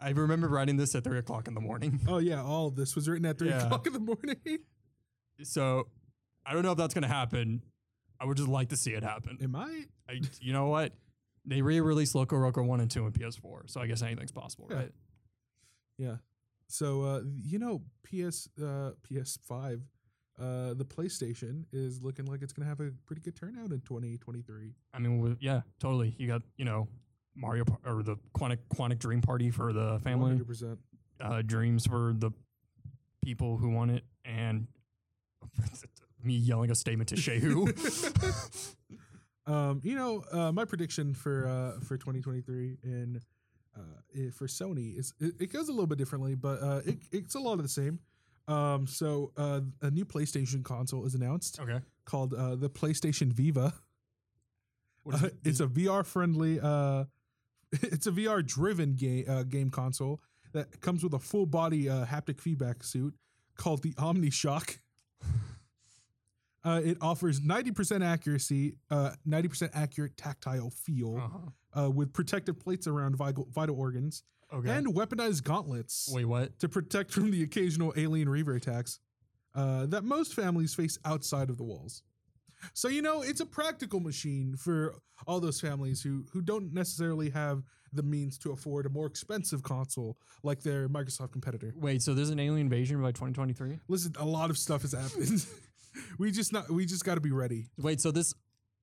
B: I remember writing this at three o'clock in the morning.
A: Oh yeah, all of this was written at three
B: Yeah.
A: o'clock in the morning.
B: So I don't know if that's gonna happen. I would just like to see it happen.
A: Am I?
B: I, you know what? They re-released Loco Roco one and two on PS4, so I guess anything's possible,
A: Yeah.
B: right?
A: Yeah. So uh, you know, PS uh, PS Five, uh, the PlayStation is looking like it's gonna have a pretty good turnout in twenty twenty three.
B: I mean, we- yeah, totally. You got you know Mario Par- or the Quantic Quantic Dream Party for the family,
A: hundred percent.
B: uh, dreams for the people who want it, and me yelling a statement to Shehu.
A: Um, you know, uh, my prediction for uh, for 2023 and uh, i- for Sony is it, it goes a little bit differently, but uh, it, it's a lot of the same. Um, so uh, a new PlayStation console is announced
B: okay,
A: called uh, the PlayStation Viva.
B: What is
A: Uh,
B: it?
A: it's a VR friendly. Uh, it's a VR driven game uh, game console that comes with a full body uh, haptic feedback suit called the OmniShock. Uh, it offers 90% accuracy, uh, 90% accurate tactile feel
B: Uh-huh.
A: uh, with protective plates around vital, vital organs
B: okay.
A: and weaponized gauntlets
B: Wait, what?
A: to protect from the occasional alien reaver attacks uh, that most families face outside of the walls. So you know, it's a practical machine for all those families who who don't necessarily have the means to afford a more expensive console like their Microsoft competitor.
B: Wait, so there's an alien invasion by 2023?
A: Listen, a lot of stuff has happened. we just not we just got to be ready.
B: Wait, so this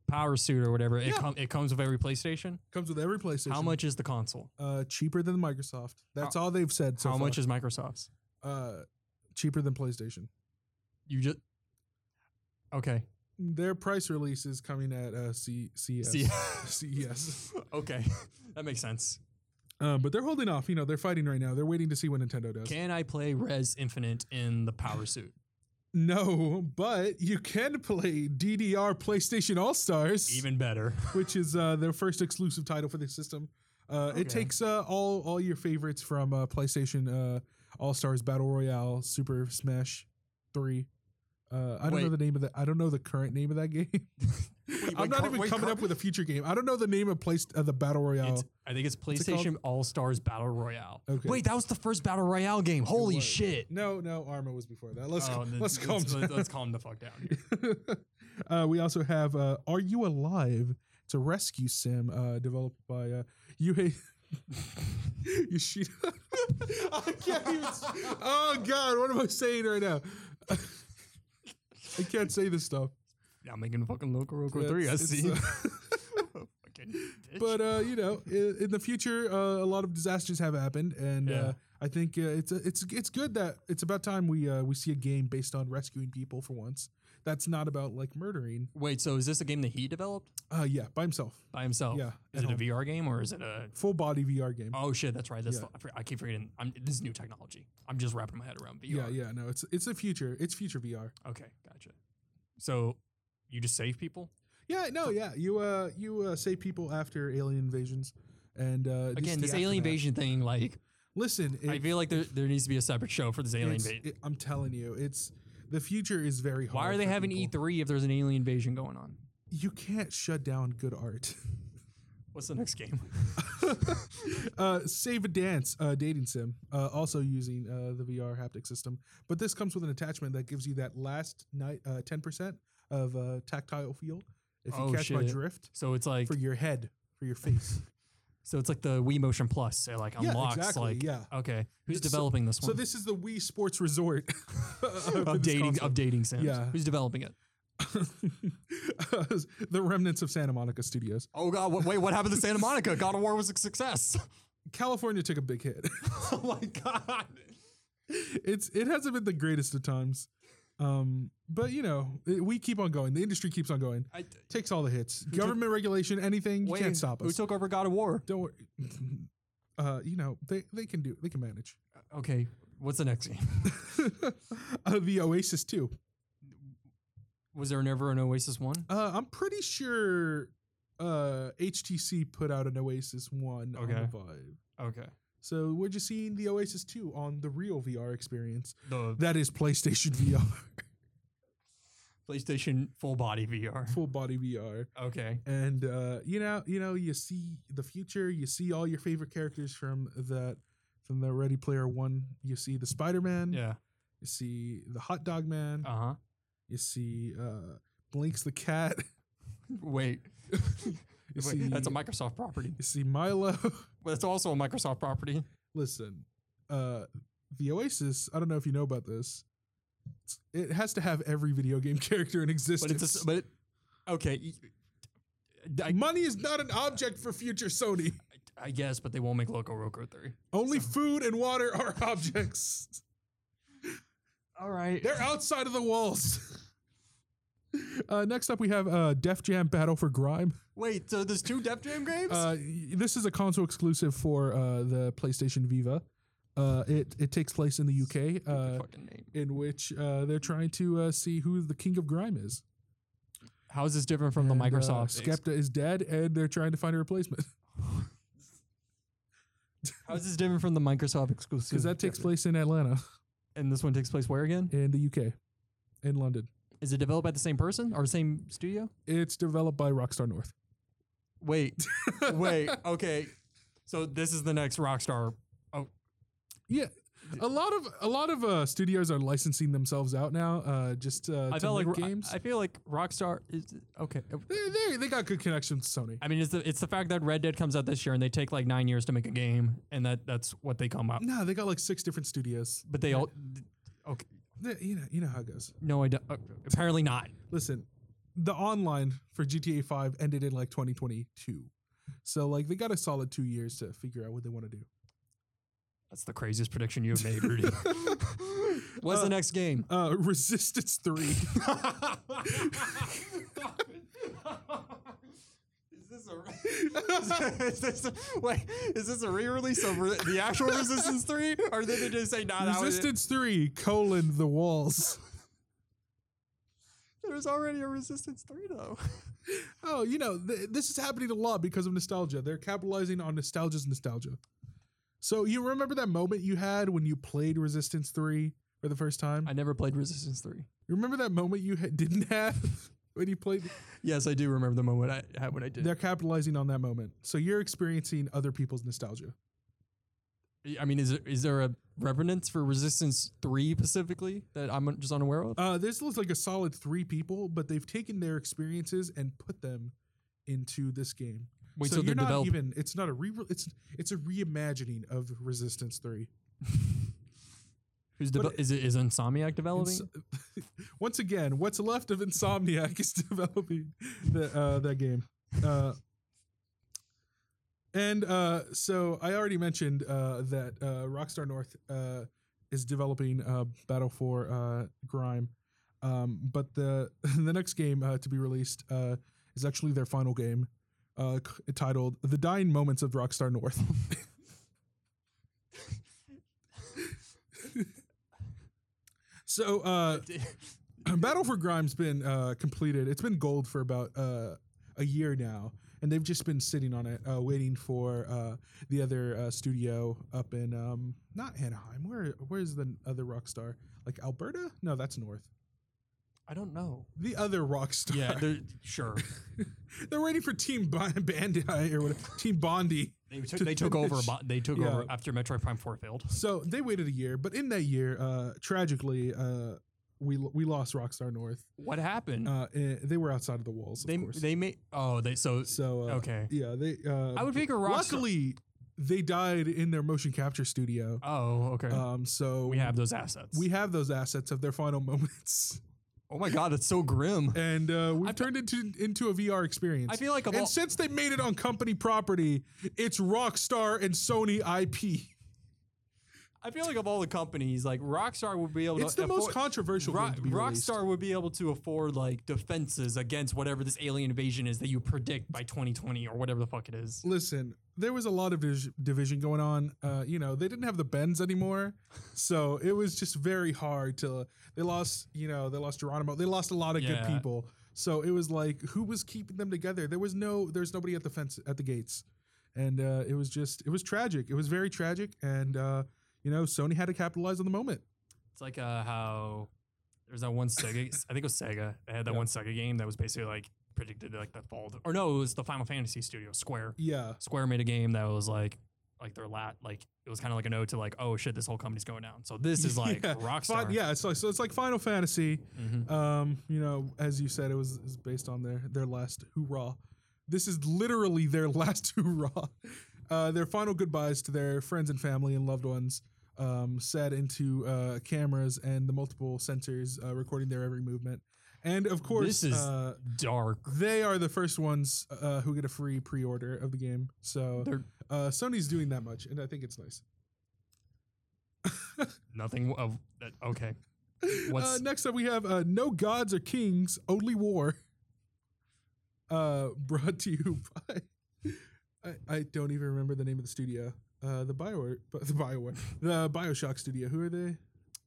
B: power suit or whatever it
A: Yeah.
B: com- it comes with every PlayStation.
A: Comes with every PlayStation.
B: How much is the console?
A: Uh, cheaper than Microsoft. That's all they've said. So
B: How
A: far.
B: much is Microsoft's?
A: Uh, cheaper than PlayStation.
B: You just okay.
A: Their price release is coming at uh, C- CS.
B: See,
A: CES.
B: okay, that makes sense.
A: Um, but they're holding off. You know, they're fighting right now. They're waiting to see what Nintendo does.
B: Can I play Res Infinite in the power suit?
A: No, but you can play DDR PlayStation All Stars,
B: Even better.
A: which is uh, their first exclusive title for the system. Uh,
B: Okay.
A: It takes uh, all all your favorites from uh, PlayStation uh, All Stars Battle Royale, Super Smash Three. Uh, I don't know
B: Wait.
A: the name of the. I don't know the current name of that game. I'm
B: wait,
A: not
B: cur-
A: even
B: wait,
A: coming
B: cur-
A: up with a future game. I don't know the name of place of the battle royale.
B: It's, I think it's
A: it called?
B: PlayStation All Stars Battle Royale.
A: Okay.
B: Wait, that was the first Battle Royale game. Holy
A: was.
B: shit.
A: no, no, Arma was before that. Let's
B: Oh,
A: cal-
B: th-
A: let's
B: th-
A: calm down.
B: let's, let's calm the fuck down. Here.
A: uh, we also have uh, Are You Alive? It's a rescue sim uh, developed by uh, Yuhei Yoshida. I can't even. s- Oh, God. What am I saying right now? I can't say this stuff.
B: Yeah, I'm making fucking Loco Roco
A: Yeah,
B: 3, I
A: it's- it's,
B: see.
A: uh,
B: Fucking bitch.
A: But, uh, you know, i- in, in the future, uh, a lot of disasters have happened. And
B: Yeah.
A: uh, I think uh, it's, it's, it's good that it's about time we, uh, we see a game based on rescuing people for once. That's not about like murdering.
B: Wait, so is this a game that he developed
A: Uh, yeah, by himself.
B: by himself?
A: Yeah,
B: Oh, Is
A: at
B: it a
A: home.
B: VR game or is it a.
A: Full body VR game.
B: Oh shit, that's right. That's
A: Yeah.
B: I for- I keep forgetting. I'm, this is new technology. I'm just wrapping my head around VR.
A: Yeah, yeah, no, it's it's the future. It's future VR.
B: Okay, gotcha. So you just save people?
A: Yeah, no, yeah. You uh you uh, save people after alien invasions, and uh, just
B: Again,
A: the
B: this alien
A: aftermath.
B: invasion thing, like,
A: Listen,
B: I
A: it-
B: feel like there, there needs to be a separate show for this alien
A: it's-
B: invasion.
A: it- I'm telling you, it's the future is very hard.
B: Why are they
A: for
B: having E
A: people.
B: E3 if there's an alien invasion going on?
A: You can't shut down good art.
B: What's the next game?
A: uh, save a dance uh, dating sim, uh, also using uh, the VR haptic system, but this comes with an attachment that gives you that last night uh, ten percent of uh, tactile feel if you
B: Oh,
A: catch my
B: shit.
A: drift
B: So it's like
A: for your head, for your face.
B: so it's like the Wii Motion Plus. It like
A: yeah,
B: unlocks
A: exactly.
B: like
A: yeah.
B: okay, who's
A: So-
B: developing this one?
A: So this is the Wii Sports Resort
B: of dating of dating sims.
A: Yeah.
B: Who's developing it?
A: updating the remnants of Santa Monica Studios.
B: Oh god, wait, what happened to Santa Monica? God of War was a success.
A: California took a big hit.
B: oh my god.
A: it's it hasn't been the greatest of times, um, but you know it- we keep on going. The industry keeps on going.
B: I,
A: Takes all the hits. Government regulation, anything you
B: wait,
A: can't stop
B: Who
A: us.
B: took over God of War?
A: Don't worry. Uh, you know they they can do they can manage.
B: Okay, what's the next game?
A: uh, the Oasis too.
B: Was there never an Oasis one?
A: Uh, I'm pretty sure uh, HTC put out an Oasis one on
B: Okay.
A: the Vive.
B: Okay.
A: So we're just seeing the Oasis 2 on the real VR experience.
B: The
A: That is PlayStation VR,
B: PlayStation full body VR.
A: full body VR.
B: Okay.
A: And uh, you know, you know, you see the future, you see all your favorite characters from that from the Ready Player One. You see the Spider-Man,
B: Yeah.
A: you see the hot dog man,
B: Uh-huh.
A: you see uh Blinks the cat,
B: Wait.
A: you see
B: Wait, that's a Microsoft property.
A: you see Milo.
B: But it's also a Microsoft property.
A: Listen, uh the Oasis, I don't know if you know about this. It's- It has to have every video game character in existence.
B: But it's a, s- but it, okay. y- I,
A: Money is not an object for future Sony.
B: I guess, but they won't make Loco Roco three.
A: Only food and water are objects.
B: All right.
A: They're outside of the walls. Uh, next up, we have uh, Def Jam Battle for Grime.
B: Wait, so there's two Def Jam games?
A: Uh, y- this is a console exclusive for uh, the PlayStation Viva. Uh, it it takes place in the UK,
B: Stupid
A: uh,
B: fucking name.
A: in which uh, they're trying to uh, see who the king of grime is.
B: How is this different from the
A: And, uh,
B: Microsoft?
A: Skepta is dead, and they're trying to find a replacement
B: How is this different from the Microsoft exclusive?
A: because that takes
B: Def-
A: place in Atlanta,
B: And this one takes place where again?
A: in the UK, in London.
B: Is it developed by the same person or same studio?
A: It's developed by Rockstar North.
B: Wait, wait. Okay, so this is the next Rockstar.
A: Yeah. A lot of a lot of uh, studios are licensing themselves out now. Uh, just uh,
B: I
A: to
B: felt like
A: make
B: Ro-
A: games.
B: I, I feel like Rockstar is okay.
A: they, they, they got good connections to Sony.
B: I mean, it's the it's the fact that Red Dead comes out this year and they take like nine years to make a game, and that that's what they come up.
A: no, they got like six different studios.
B: But they all okay.
A: They- you know, you know how it goes.
B: No, I don't. uh, apparently not.
A: Listen, the online for GTA Five ended in like 2022, so like they got a solid two years to figure out what they want to do.
B: That's the craziest prediction you have made, Rudy. What's
A: Uh,
B: the next game?
A: Uh, Resistance Three.
B: Is this a is this, wait, is this a re-release of re- the actual Resistance Three, or did they just say
A: Ah,
B: nah, that was it?
A: Resistance Three: colon the walls.
B: There's already a Resistance Three though.
A: Oh, you know, th- this is happening a lot because of nostalgia. They're capitalizing on nostalgia's nostalgia. So you remember that moment you had when you played Resistance 3 for the first time?
B: I never played Resistance Three.
A: you remember that moment you ha- didn't have when you played?
B: Yes, I do remember the moment I had when I did.
A: They're capitalizing on that moment. So you're experiencing other people's nostalgia.
B: I mean, is there, is there a remnants for Resistance Three specifically that I'm just unaware of?
A: Uh, this looks like a solid three people, but they've taken their experiences and put them into this game.
B: Wait, so, they're
A: you're not
B: developing.
A: even. It's not a re. It's it's a reimagining of Resistance Three.
B: Who's devel-
A: but-
B: is it? Is Insomniac developing?
A: Ins- Once again, what's left of Insomniac is developing the, uh, that game. Uh, and uh, so I already mentioned uh, that uh, Rockstar North uh, is developing uh, Battle for uh, Grime, um, but the the next game uh, to be released uh, is actually their final game, uh, c- titled "The Dying Moments of Rockstar North." so uh, Battle for Grime's been uh, completed. It's been gold for about uh, a year now, and they've just been sitting on it, uh, waiting for uh, the other uh, studio up in um, not Anaheim. Where where's the other rock star? Like Alberta? No, that's north.
B: I don't know.
A: The other rock star.
B: Yeah, they're- sure.
A: they're waiting for Team Ban- Bandai or whatever, Team Bondi.
B: They took, they took over.
A: finish.
B: bo- They took
A: Yeah.
B: over after Metroid Prime Four failed.
A: So they waited a year, but in that year, uh, tragically, uh, we we lost Rockstar North.
B: What happened?
A: Uh, eh, they were outside of the walls. Of
B: they
A: course.
B: they made. Oh, they so.
A: so uh,
B: okay.
A: Yeah, they. Uh,
B: I would figure Rockstar.
A: Luckily, they died in their motion capture studio.
B: Oh, okay.
A: Um, so
B: we have those assets.
A: we have those assets of their final moments,
B: oh my god, that's so grim.
A: and uh, we've
B: I fe-
A: turned it to, into a VR experience.
B: I feel like of
A: and
B: all,
A: since they made it on company property, it's Rockstar and Sony IP.
B: I feel like of all the companies, like Rockstar would be able.
A: It's
B: to
A: the most
B: afford-
A: controversial
B: Ro-
A: game to be released.
B: Rockstar would be able to afford like defenses against whatever this alien invasion is that you predict by 2020 or whatever the fuck it is.
A: Listen, there was a lot of divis- division going on. Uh, you know, they didn't have the bends anymore, so it was just very hard to. They lost, you know, they lost Geronimo. They lost a lot of good
B: Yeah.
A: people. So it was like, who was keeping them together? There was no, there's nobody at the fence at the gates, and uh, it was just, it was tragic. It was very tragic, and uh, you know, Sony had to capitalize on the moment.
B: It's like uh, how there's that one Sega. I think it was Sega. They had that
A: Yeah.
B: one Sega game that was basically like predicted like the fall. Of the, or no, it was the Final Fantasy studio Square.
A: Yeah,
B: Square made a game that was like like their lat like it was kind of like a note to like oh shit this whole company's going down. So this is like
A: Yeah.
B: Rockstar.
A: Fin- yeah. It's like, so it's like Final Fantasy.
B: Mhm.
A: Um, you know, as you said, it was, it was based on their their last hoorah. This is literally their last hoorah. Uh, their final goodbyes to their friends and family and loved ones, um, set into uh, cameras and the multiple sensors uh, recording their every movement. And of course,
B: This is-
A: uh,
B: Dark.
A: they are the first ones uh, who get a free pre-order of the game. So
B: They're
A: uh, Sony's doing that much, and I think it's nice.
B: nothing of that. Okay. What's-
A: uh, next up, we have uh, No Gods or Kings, Only War. Uh, brought to you by. I, I don't even remember the name of the studio. Uh, the Bioware, but the Bioware, the Bioshock studio. Who are they? It's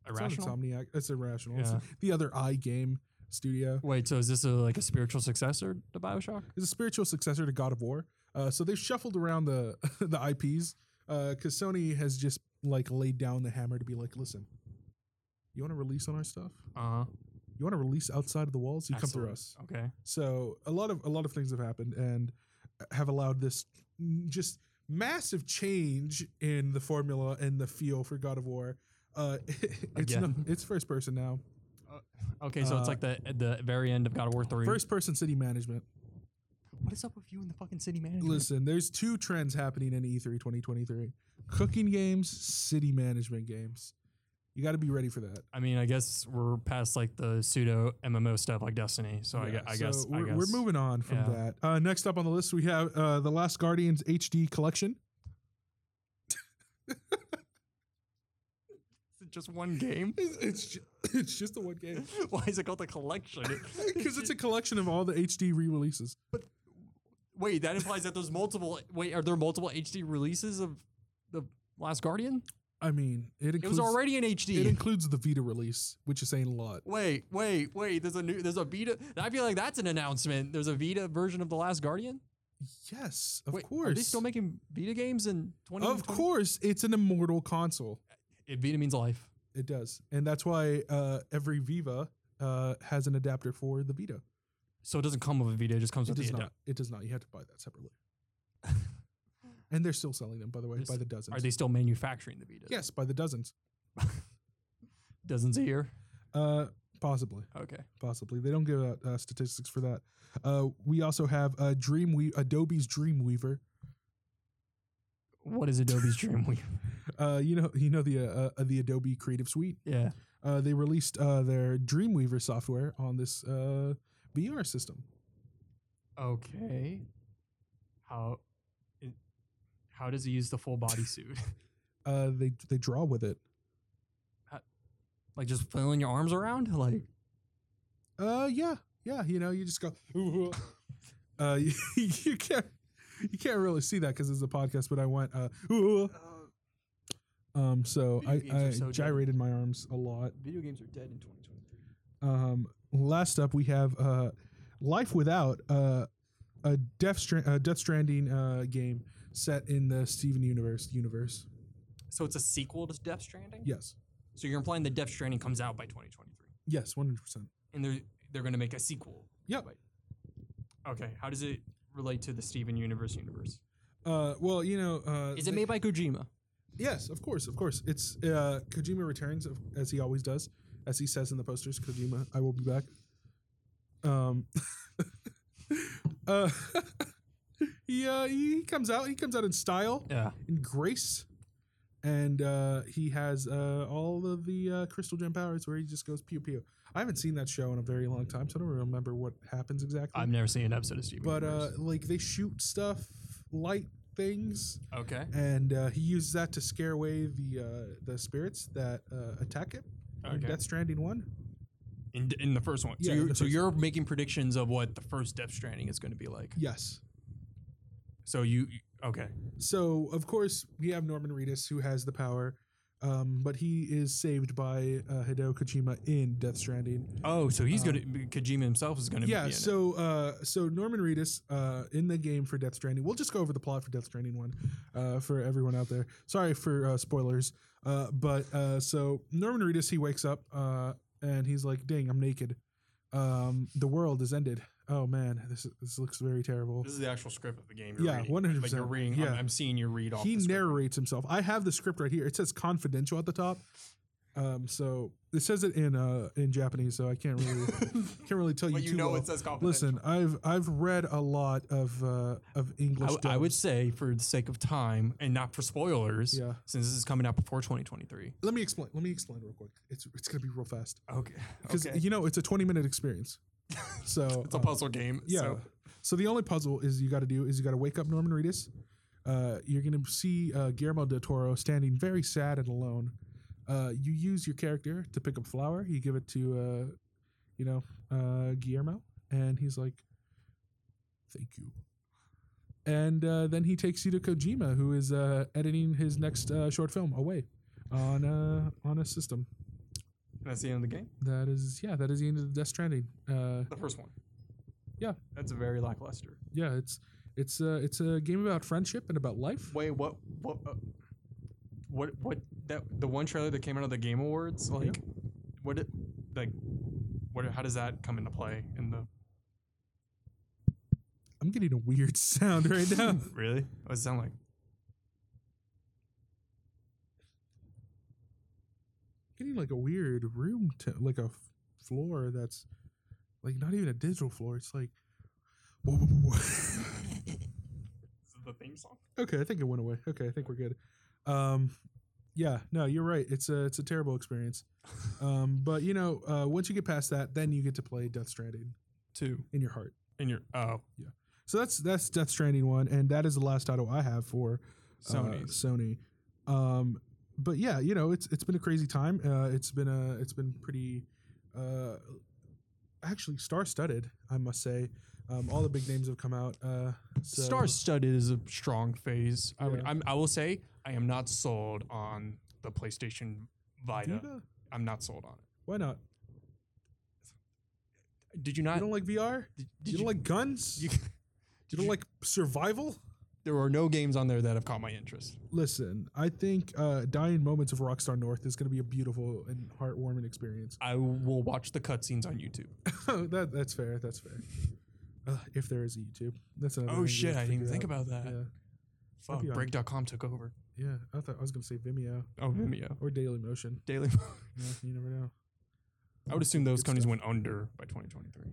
A: not
B: Irrational.
A: Insomniac. It's irrational. It's
B: Yeah.
A: the other I game studio.
B: Wait, so is this a, like a spiritual successor to Bioshock?
A: is a spiritual successor to God of War. Uh, so they've shuffled around the the IPs because Sony has just like laid down the hammer to be like, listen, you want to release on our stuff? Uh-huh.
B: Uh huh.
A: You want to release outside of the walls? You come through
B: Excellent.
A: us.
B: Okay.
A: So a lot of a lot of things have happened and have allowed this just massive change in the formula and the feel for God of War. Uh, it's no,
B: Again.
A: it's first person now.
B: Okay, so it's
A: Uh,
B: like the at the very end of God of War three.
A: First person city management.
B: what is up with you and the fucking city manager?
A: Listen, there's two trends happening in E E3 2023: cooking games, city management games. You got to be ready for that.
B: I mean, I guess we're past like the pseudo MMO stuff like Destiny. So I,
A: Yeah,
B: gue- I guess
A: we're,
B: I guess
A: we're moving on from
B: Yeah.
A: that. Uh, next up on the list, we have uh, the Last Guardians HD collection.
B: Is it just one game?
A: It's, it's just, it's just the one game.
B: Why is it called the collection?
A: because it's a collection of all the HD re-releases.
B: Wait, that implies that there's multiple. Wait, are there multiple HD releases of the Last Guardian?
A: I mean, it
B: It
A: includes
B: was already in
A: it
B: HD.
A: includes the Vita release, which is saying a lot.
B: Wait, wait, wait. There's a new. There's a Vita. I feel like that's an announcement. There's a Vita version of the Last Guardian.
A: Yes, of
B: Wait,
A: course.
B: Are they still making Vita games in 20?
A: of course, it's an immortal console.
B: Vita means life.
A: It does, and that's why uh, every Viva uh, has an adapter for the Vita.
B: So it doesn't come with a Vita. It just comes
A: It
B: with the.
A: does
B: ad-
A: not. It does not. You have to buy that separately. and they're still selling them, by the way,
B: This-
A: by the dozens.
B: Are they still manufacturing the Vita?
A: Yes, by the dozens.
B: Dozens a year.
A: Uh, possibly,
B: Okay.
A: possibly. They don't give out uh, statistics for that. Uh, we also have uh, Dreamwe- Adobe's Dreamweaver.
B: What is Adobe's Dreamweaver?
A: Uh, you know, you know the uh, uh, the Adobe Creative Suite.
B: Yeah.
A: Uh, they released uh, their Dreamweaver software on this uh, VR system.
B: Okay. How? It, how does he use the full body suit?
A: Uh, they they draw with it.
B: like just flailing your arms around? Like
A: Uh, yeah, yeah. You know, you just go. uh, you, you can't you can't really see that because it's a podcast. But I went. Uh, um. So I,
C: Oh. Video games are
A: I
C: so dumb.
A: gyrated my arms a lot.
C: Video games are dead in 2023.
A: Um. Last up, we have uh, Life Without uh, a Death Strand, uh, Death Stranding uh game set in the Steven Universe universe.
B: so, it's a sequel to Death Stranding.
A: Yes.
B: So you're implying that Death Stranding comes out by 2023,
A: Yes. One hundred percent.
B: and they're they're going to make a sequel.
A: Yep.
B: Right. Okay. How does it relate to the Steven Universe universe?
A: Uh. Well, you know. Uh,
B: Is it
A: they-
B: made by Kojima?
A: Yes, of course, of course. It's uh, Kojima returns of- as he always does, as he says in the posters. Kojima, I will be back. Um, uh, he, uh, he he comes out. He comes out in style,
B: Yeah.
A: in grace, and uh, he has uh, all of the uh, crystal gem powers where he just goes pew pew. I haven't seen that show in a very long time, so I don't remember what happens exactly.
B: I've never seen an episode of Steven.
A: but uh,
B: Universe.
A: like they shoot stuff, light things
B: okay.
A: and uh, he uses that to scare away the uh, the spirits that uh, attack him. in
B: Okay.
A: Death Stranding one.
B: In, in the first one.
A: Yeah,
B: so
A: in
B: you're,
A: the
B: so
A: first
B: you're making predictions of what the first Death Stranding is going to be like.
A: Yes.
B: So you okay?
A: So of course we have Norman Reedus who has the power, um, but he is saved by uh, Hideo Kojima in Death Stranding.
B: Oh, so he's
A: Um,
B: going to Kojima himself is going to
A: yeah
B: be in it.
A: so uh so norman reedus uh in the game for death stranding we'll just go over the plot for death stranding one uh for everyone out there sorry for uh, spoilers uh but uh so norman reedus he wakes up uh and he's like dang i'm naked um the world is ended oh man this this looks very terrible
B: This is the actual script of the game.
A: Yeah,
B: reading.
A: 100%.
B: Like you're reading. I'm-
A: Yeah.
B: I'm, seeing you read off.
A: he
B: the script.
A: narrates himself i have the script right here it says confidential at the top um so it says it in uh in japanese so i can't really can't really tell you
C: But you
A: too
C: know
A: well.
C: it says confidential.
A: Listen, I've I've read a lot of uh, of
B: I,
A: English.
B: w- I would
A: dubs.
B: say, for the sake of time and not for spoilers,
A: Yeah.
B: since this is coming out before 2023.
A: Let me explain. Let me explain real quick. It's it's gonna be real fast
B: Okay.
A: because you know it's a twenty minute experience. So
B: It's a
A: uh,
B: puzzle game.
A: yeah.
B: So.
A: So the only puzzle is you got to do is you got to wake up Norman Reedus. Uh, you're gonna see uh, Guillermo del Toro standing very sad and alone. Uh, you use your character to pick up flour. You give it to uh, you know uh, Guillermo, and he's like, "Thank you." And uh, then he takes you to Kojima, who is uh, editing his next uh, short film away on uh, on a system.
B: That's the end of the game.
A: That is, yeah, that is the end of Death Stranding. Uh,
B: The first one.
A: Yeah.
B: That's a very lackluster.
A: yeah, it's it's uh, it's a game about friendship and about life.
B: Wait, what? What? Uh, what? What? That the one trailer that came out of the Game Awards. Like, what? It, like, what? How does that come into play in the?
A: I'm getting a weird sound right now.
B: really? What does it sound like?
A: getting like a weird room, te- like a f- floor that's like not even a digital floor. It's like, whoa, whoa, whoa.
B: Is it the theme song?
A: okay, I think it went away. Okay, I think we're good. Um, yeah, no, you're right. It's a it's a terrible experience. Um, but you know, uh, once you get past that, then you get to play Death Stranding
B: Two.
A: in your heart.
B: In your
A: Uh,
B: oh
A: So that's that's Death Stranding one, and that is the last title I have for uh,
B: Sony.
A: Sony. Um, but yeah, you know, it's it's been a crazy time. Uh, it's been a it's been pretty, uh, actually star studded, I must say. Um, all the big names have come out. Uh, so
B: Star studded is a strong phase. I would.
A: Yeah.
B: I'm, I will say I am not sold on the PlayStation Vita.
A: Vita?
B: I'm not sold on
A: Why not?
B: it. Did you not?
A: You don't like VR?
B: did,
A: you
B: did
A: don't like guns?
B: you-
A: you don't
B: you-
A: like survival?
B: there are no games on there that have caught my interest.
A: Listen, I think uh, Dying Moments of Rockstar North is going to be a beautiful and heartwarming experience.
B: I will watch the cutscenes on YouTube.
A: that that's fair. That's fair. Uh, if there is a YouTube, that's another.
B: Oh shit! I didn't even think about that.
A: Yeah,
B: Fuck,
A: be on-
B: Break.com took over.
A: yeah. I thought I was going to say Vimeo
B: Oh, Vimeo,
A: or Daily Motion.
B: Daily.
A: Yeah, you never know.
B: I would assume those
A: Good
B: companies
A: stuff.
B: went under by 2023.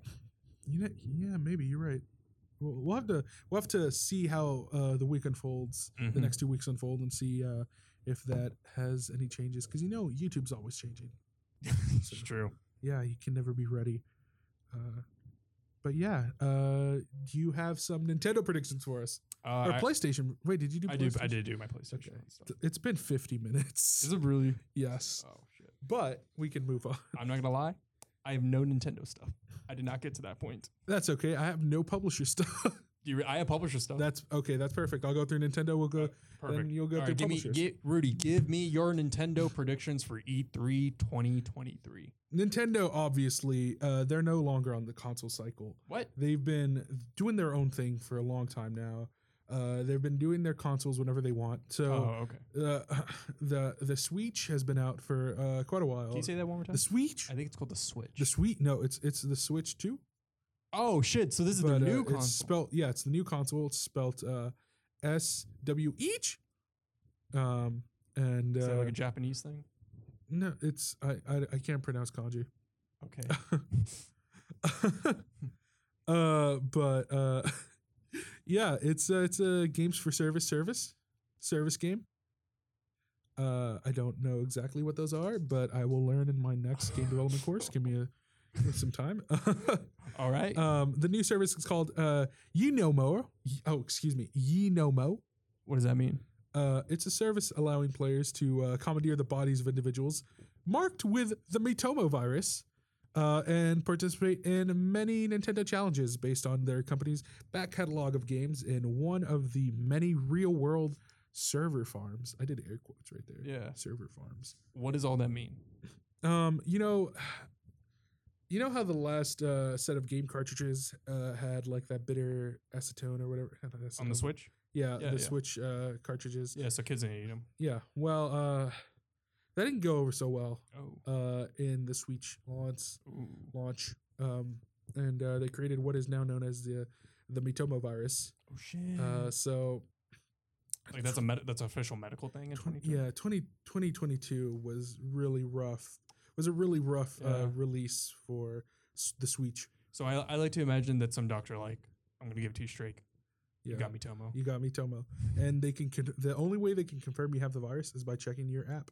A: You know, yeah, maybe you're right. We'll, we'll have to we'll have to see how uh, the week unfolds, the
B: Mhm.
A: next two weeks unfold, and see uh, if that has any changes. Because you know, YouTube's always changing.
B: it's true.
A: Yeah, you can never be ready. Uh, but yeah, uh, do you have some Nintendo predictions for us
B: Uh,
A: or
B: I,
A: PlayStation? Wait, did you do?
B: I did. I
A: PlayStation?
B: did do my PlayStation.
A: Okay.
B: and stuff.
A: Th- It's been 50 minutes.
B: Is it really?
A: yes.
B: Oh shit!
A: But we can move on.
B: I'm not gonna lie. I have no Nintendo stuff. I did not get to that point.
A: That's okay. I have no publisher stuff.
B: Do you re- I have publisher stuff.
A: that's okay. That's perfect. I'll go through Nintendo. We'll go. Then you'll go
B: All
A: through
B: right, give me,
A: publishers.
B: get, Rudy, give me your Nintendo predictions for E E3 2023.
A: Nintendo, obviously, uh, they're no longer on the console cycle.
B: What?
A: They've been doing their own thing for a long time now. Uh, they've been doing their consoles whenever they want. So
B: Oh, okay.
A: uh, the the Switch has been out for uh, quite a while.
B: Can you say that one more time?
A: the Switch?
B: I think it's called the Switch.
A: The Switch? No, it's it's the Switch too.
B: oh shit! So this is the
A: But, uh,
B: new console.
A: It's spelt yeah, it's the new console. It's spelt uh, S W H. Um, and
B: is
A: uh,
B: that like a Japanese thing?
A: no, it's I, I I can't pronounce kanji.
B: Okay.
A: uh, but uh, yeah, it's uh, it's a games for service service service game. Uh, I don't know exactly what those are, but I will learn in my next game development course. Give me a some time.
B: All right.
A: Um, the new service is called uh, You Know More. Oh, excuse me, Ye Know Mo.
B: what does that mean?
A: Uh, it's a service allowing players to uh, commandeer the bodies of individuals marked with the Mitomo virus uh, and participate in many Nintendo challenges based on their company's back catalog of games in one of the many real world server farms. I did air quotes right there.
B: Yeah.
A: Server farms.
B: What does all that mean?
A: Um, you know, you know how the last uh, set of game cartridges uh, had like that bitter acetone or whatever not
B: On the
A: acetone.
B: Switch?
A: Yeah,
B: Yeah,
A: the
B: yeah.
A: Switch uh, cartridges. Yeah.
B: Yeah. So kids didn't eat them.
A: Well, uh, that didn't go over so well
B: Oh.
A: uh, in the Switch launch.
B: Ooh.
A: Launch. Um, and uh, they created what is now known as the the Mitomo virus.
B: Oh shit.
A: Uh, so
B: like that's a med- that's an official medical thing in
A: Twen-
B: 2023.
A: yeah 20, 2022 was really rough was a really rough uh,
B: Yeah.
A: release for s- the switch
B: So I, I like to imagine that some doctor like I'm gonna give it to you straight.
A: yeah.
B: You got me, Tomo.
A: you got me tomo and they can con- the only way they can confirm you have the virus is by checking your app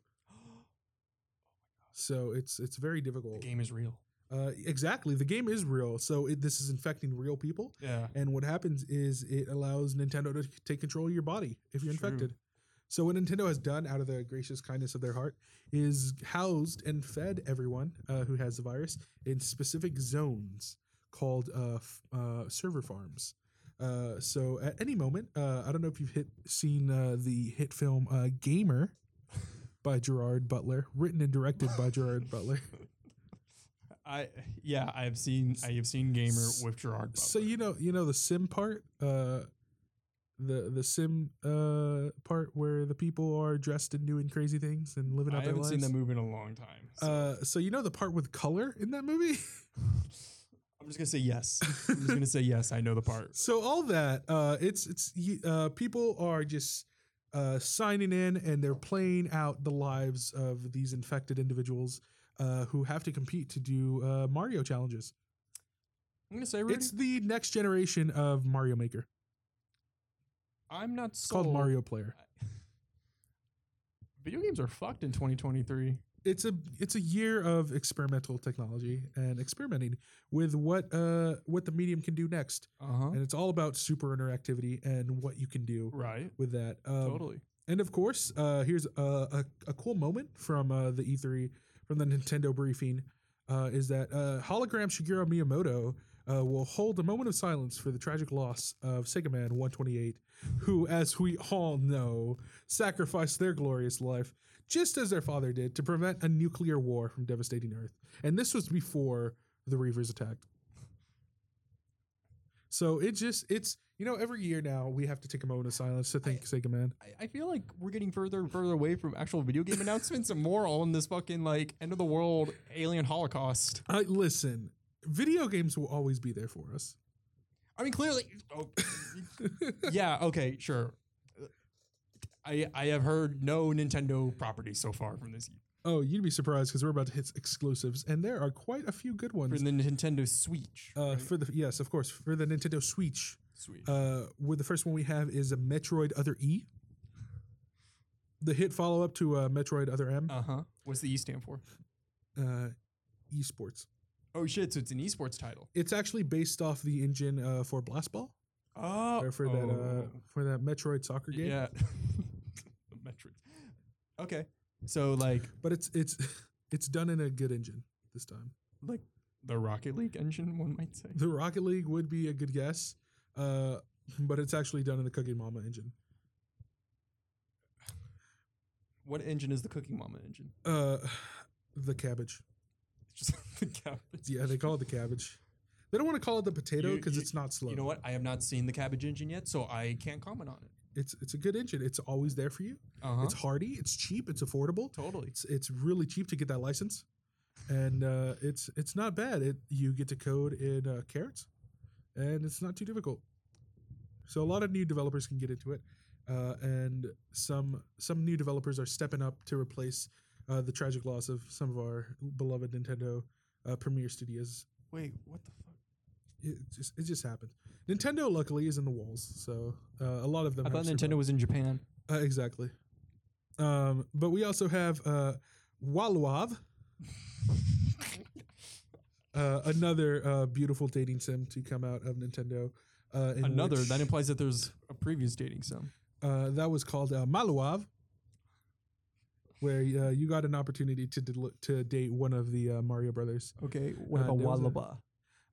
A: so it's it's very
B: the
A: difficult
B: game is real.
A: uh, exactly the game is real so it, this is infecting real people
B: Yeah.
A: and what happens is it allows nintendo to take control of your body if you're
B: True.
A: infected so what nintendo has done out of the gracious kindness of their heart is housed and fed everyone uh, who has the virus in specific zones called uh, f- uh, server farms uh, so at any moment uh, i don't know if you've hit seen uh, the hit film uh, gamer by gerard butler written and directed by gerard butler
B: I yeah, I have seen I have seen Gamer
A: S-
B: with Gerard. Butler.
A: So you know, you know the sim part, uh, the the sim uh, part where the people are dressed and doing crazy things and living out
B: I
A: their
B: haven't
A: lives.
B: seen that movie in a long time. so
A: Uh, so you know the part with color in that movie.
B: I'm just gonna say yes. I'm just gonna say yes. I know the part.
A: so all that uh, it's it's y- uh, people are just uh, signing in and they're playing out the lives of these infected individuals uh, who have to compete to do uh, Mario challenges.
B: I'm gonna say Rudy.
A: It's the next generation of Mario Maker.
B: I'm not
A: It's
B: sold.
A: called Mario Player.
B: Video games are fucked in 2023.
A: it's a it's a year of experimental technology and experimenting with what uh what the medium can do next
B: Uh huh.
A: and it's all about super interactivity and what you can do
B: Right.
A: with that um,
B: totally.
A: and of course uh here's a, a, a cool moment from uh, the e3 from the nintendo briefing uh, is that uh hologram shigeru miyamoto uh, will hold a moment of silence for the tragic loss of Sega Man 128, who, as we all know, sacrificed their glorious life just as their father did to prevent a nuclear war from devastating Earth. And this was before the Reavers attacked. So it just it's you know every year now we have to take a moment of silence to thank Sega Man.
B: I, I feel like we're getting further and further away from actual video game announcements and more on this fucking like end of the world alien holocaust.
A: I listen, video games will always be there for us.
B: I mean, clearly, oh, yeah, okay, sure. I I have heard no Nintendo properties so far from this
A: oh, you'd be surprised because we're about to hit exclusives, and there are quite a few good
B: from
A: ones.
B: the Nintendo Switch.
A: uh, for the yes, of course, for the Nintendo Switch.
B: Switch.
A: Uh, where the first one we have is a Metroid Other E, the hit follow up to uh, Metroid Other M,
B: Uh huh. What's the E stand for?
A: uh, esports.
B: Oh shit! So it's an esports title.
A: It's actually based off the engine uh, for Blast Ball
B: Oh,
A: or for that uh, for that Metroid soccer game.
B: yeah. Metric. Okay, so like
A: But it's it's it's done in a good engine this time.
B: like the Rocket League engine, one might say.
A: The Rocket League would be a good guess, uh, but it's actually done in the Cooking Mama engine.
B: What engine is the Cooking Mama engine?
A: Uh, the cabbage.
B: It's just the cabbage.
A: Yeah, they call it the cabbage. They don't want to call it the potato
B: You-
A: because
B: you-
A: it's not slow.
B: You know what? I have not seen the cabbage engine yet, so I can't comment on it.
A: It's it's a good engine. It's always there for you.
B: Uh huh.
A: It's hardy. It's cheap. It's affordable.
B: Totally.
A: It's it's really cheap to get that license, and uh, it's it's not bad. It you get to code in uh, carrots, and it's not too difficult. So a lot of new developers can get into it, uh, and some some new developers are stepping up to replace uh, the tragic loss of some of our beloved Nintendo uh, Premier Studios
B: Wait, what the fuck?
A: it just it just happens. Nintendo luckily is in the walls, so uh, a lot of them.
B: I
A: have
B: thought
A: survived.
B: Nintendo was in Japan.
A: uh, exactly. Um, but we also have uh, Waluav, uh, another uh, beautiful dating sim to come out of Nintendo. Uh, in
B: Another
A: which,
B: that implies that there's a previous dating sim.
A: uh, that was called uh, Maluav, where uh, you got an opportunity to del- to date one of the uh, Mario brothers.
B: Okay, what
A: Uh,
B: about
A: there was a-
B: Waluba?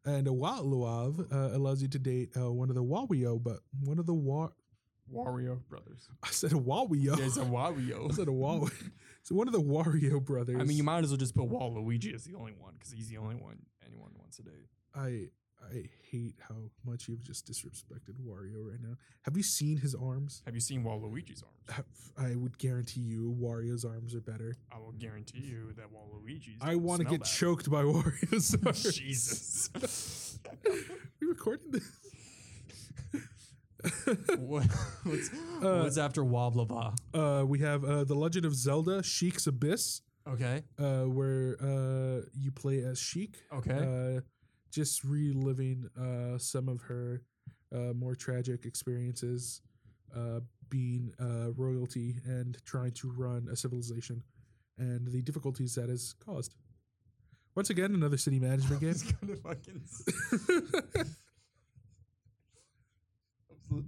A: And a Waluav uh, allows you to date uh, one of the Wario, but one of the Wa.
B: Wario Brothers.
A: I said a Wario.
B: There's a
A: I
B: Wario.
A: said a Wario. so one of the Wario brothers.
B: I mean, you might as well just put Waluigi as the only one because he's the only one anyone wants to date.
A: I I hate how much you've just disrespected Wario right now. Have you seen his arms?
B: Have you seen Waluigi's arms?
A: I would guarantee you Wario's arms are better.
B: I will guarantee you that Waluigi's.
A: I want to get choked by Wario's arms.
B: Jesus.
A: we recording this?
B: what, what's, what's after Wablava?
A: uh, we have uh, The Legend of Zelda Sheik's Abyss,
B: Okay.
A: uh, where uh, you play as Sheik.
B: Okay.
A: Uh, just reliving uh, some of her uh, more tragic experiences, uh, being uh, royalty and trying to run a civilization, and the difficulties that has caused. Once again, another city management game.
B: It's gonna fucking s-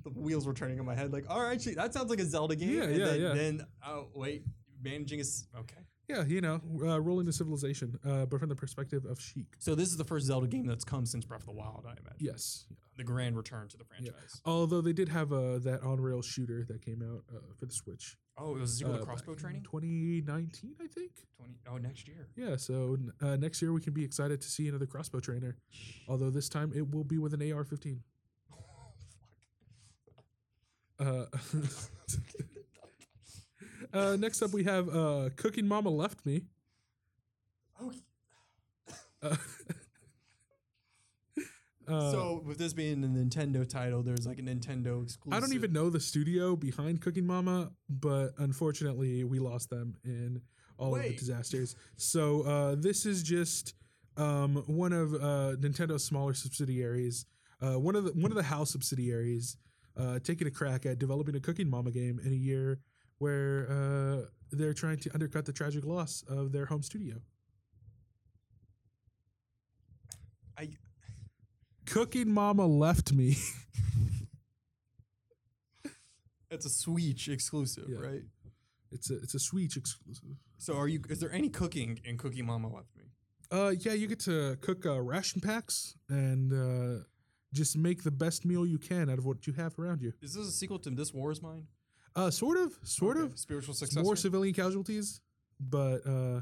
B: the wheels were turning in my head. Like, all right, gee, that sounds like a Zelda game.
A: Yeah,
B: and
A: yeah,
B: then,
A: yeah.
B: Then, oh wait, managing is okay.
A: yeah, you know, uh, rolling a civilization, uh, but from the perspective of Sheik.
B: So this is the first Zelda game that's come since Breath of the Wild, I imagine.
A: Yes.
B: The grand return to the franchise.
A: Although they did have uh, that on rail shooter that came out uh, for the Switch.
B: Oh, it was a sequel
A: uh,
B: to crossbow
A: back in
B: training.
A: 2019, I think.
B: 20, oh, next year.
A: Yeah, so uh, next year we can be excited to see another crossbow trainer, although this time it will be with an AR-15. Uh, uh, next up we have uh, Cooking Mama Left Me.
B: Oh,
A: Uh, uh,
B: so with this being a Nintendo title, there's like a Nintendo exclusive.
A: I don't even know the studio behind Cooking Mama, but unfortunately we lost them in all of the
B: Wait.
A: disasters. So uh, this is just um, one of uh, Nintendo's smaller subsidiaries, uh, one of the one of the house subsidiaries, uh, taking a crack at developing a Cooking Mama game in a year where uh, they're trying to undercut the tragic loss of their home studio.
B: I
A: Cooking Mama left me.
B: it's a Switch exclusive,
A: Yeah.
B: right?
A: It's a it's a Switch exclusive.
B: So are you? Is there any cooking in Cookie Mama Left Me?
A: Uh, yeah, you get to cook uh, ration packs and uh, just make the best meal you can out of what you have around you.
B: Is this a sequel to This War Is Mine?
A: Uh, sort of, sort
B: Okay,
A: of.
B: Spiritual
A: It's
B: successor.
A: More civilian casualties, but uh,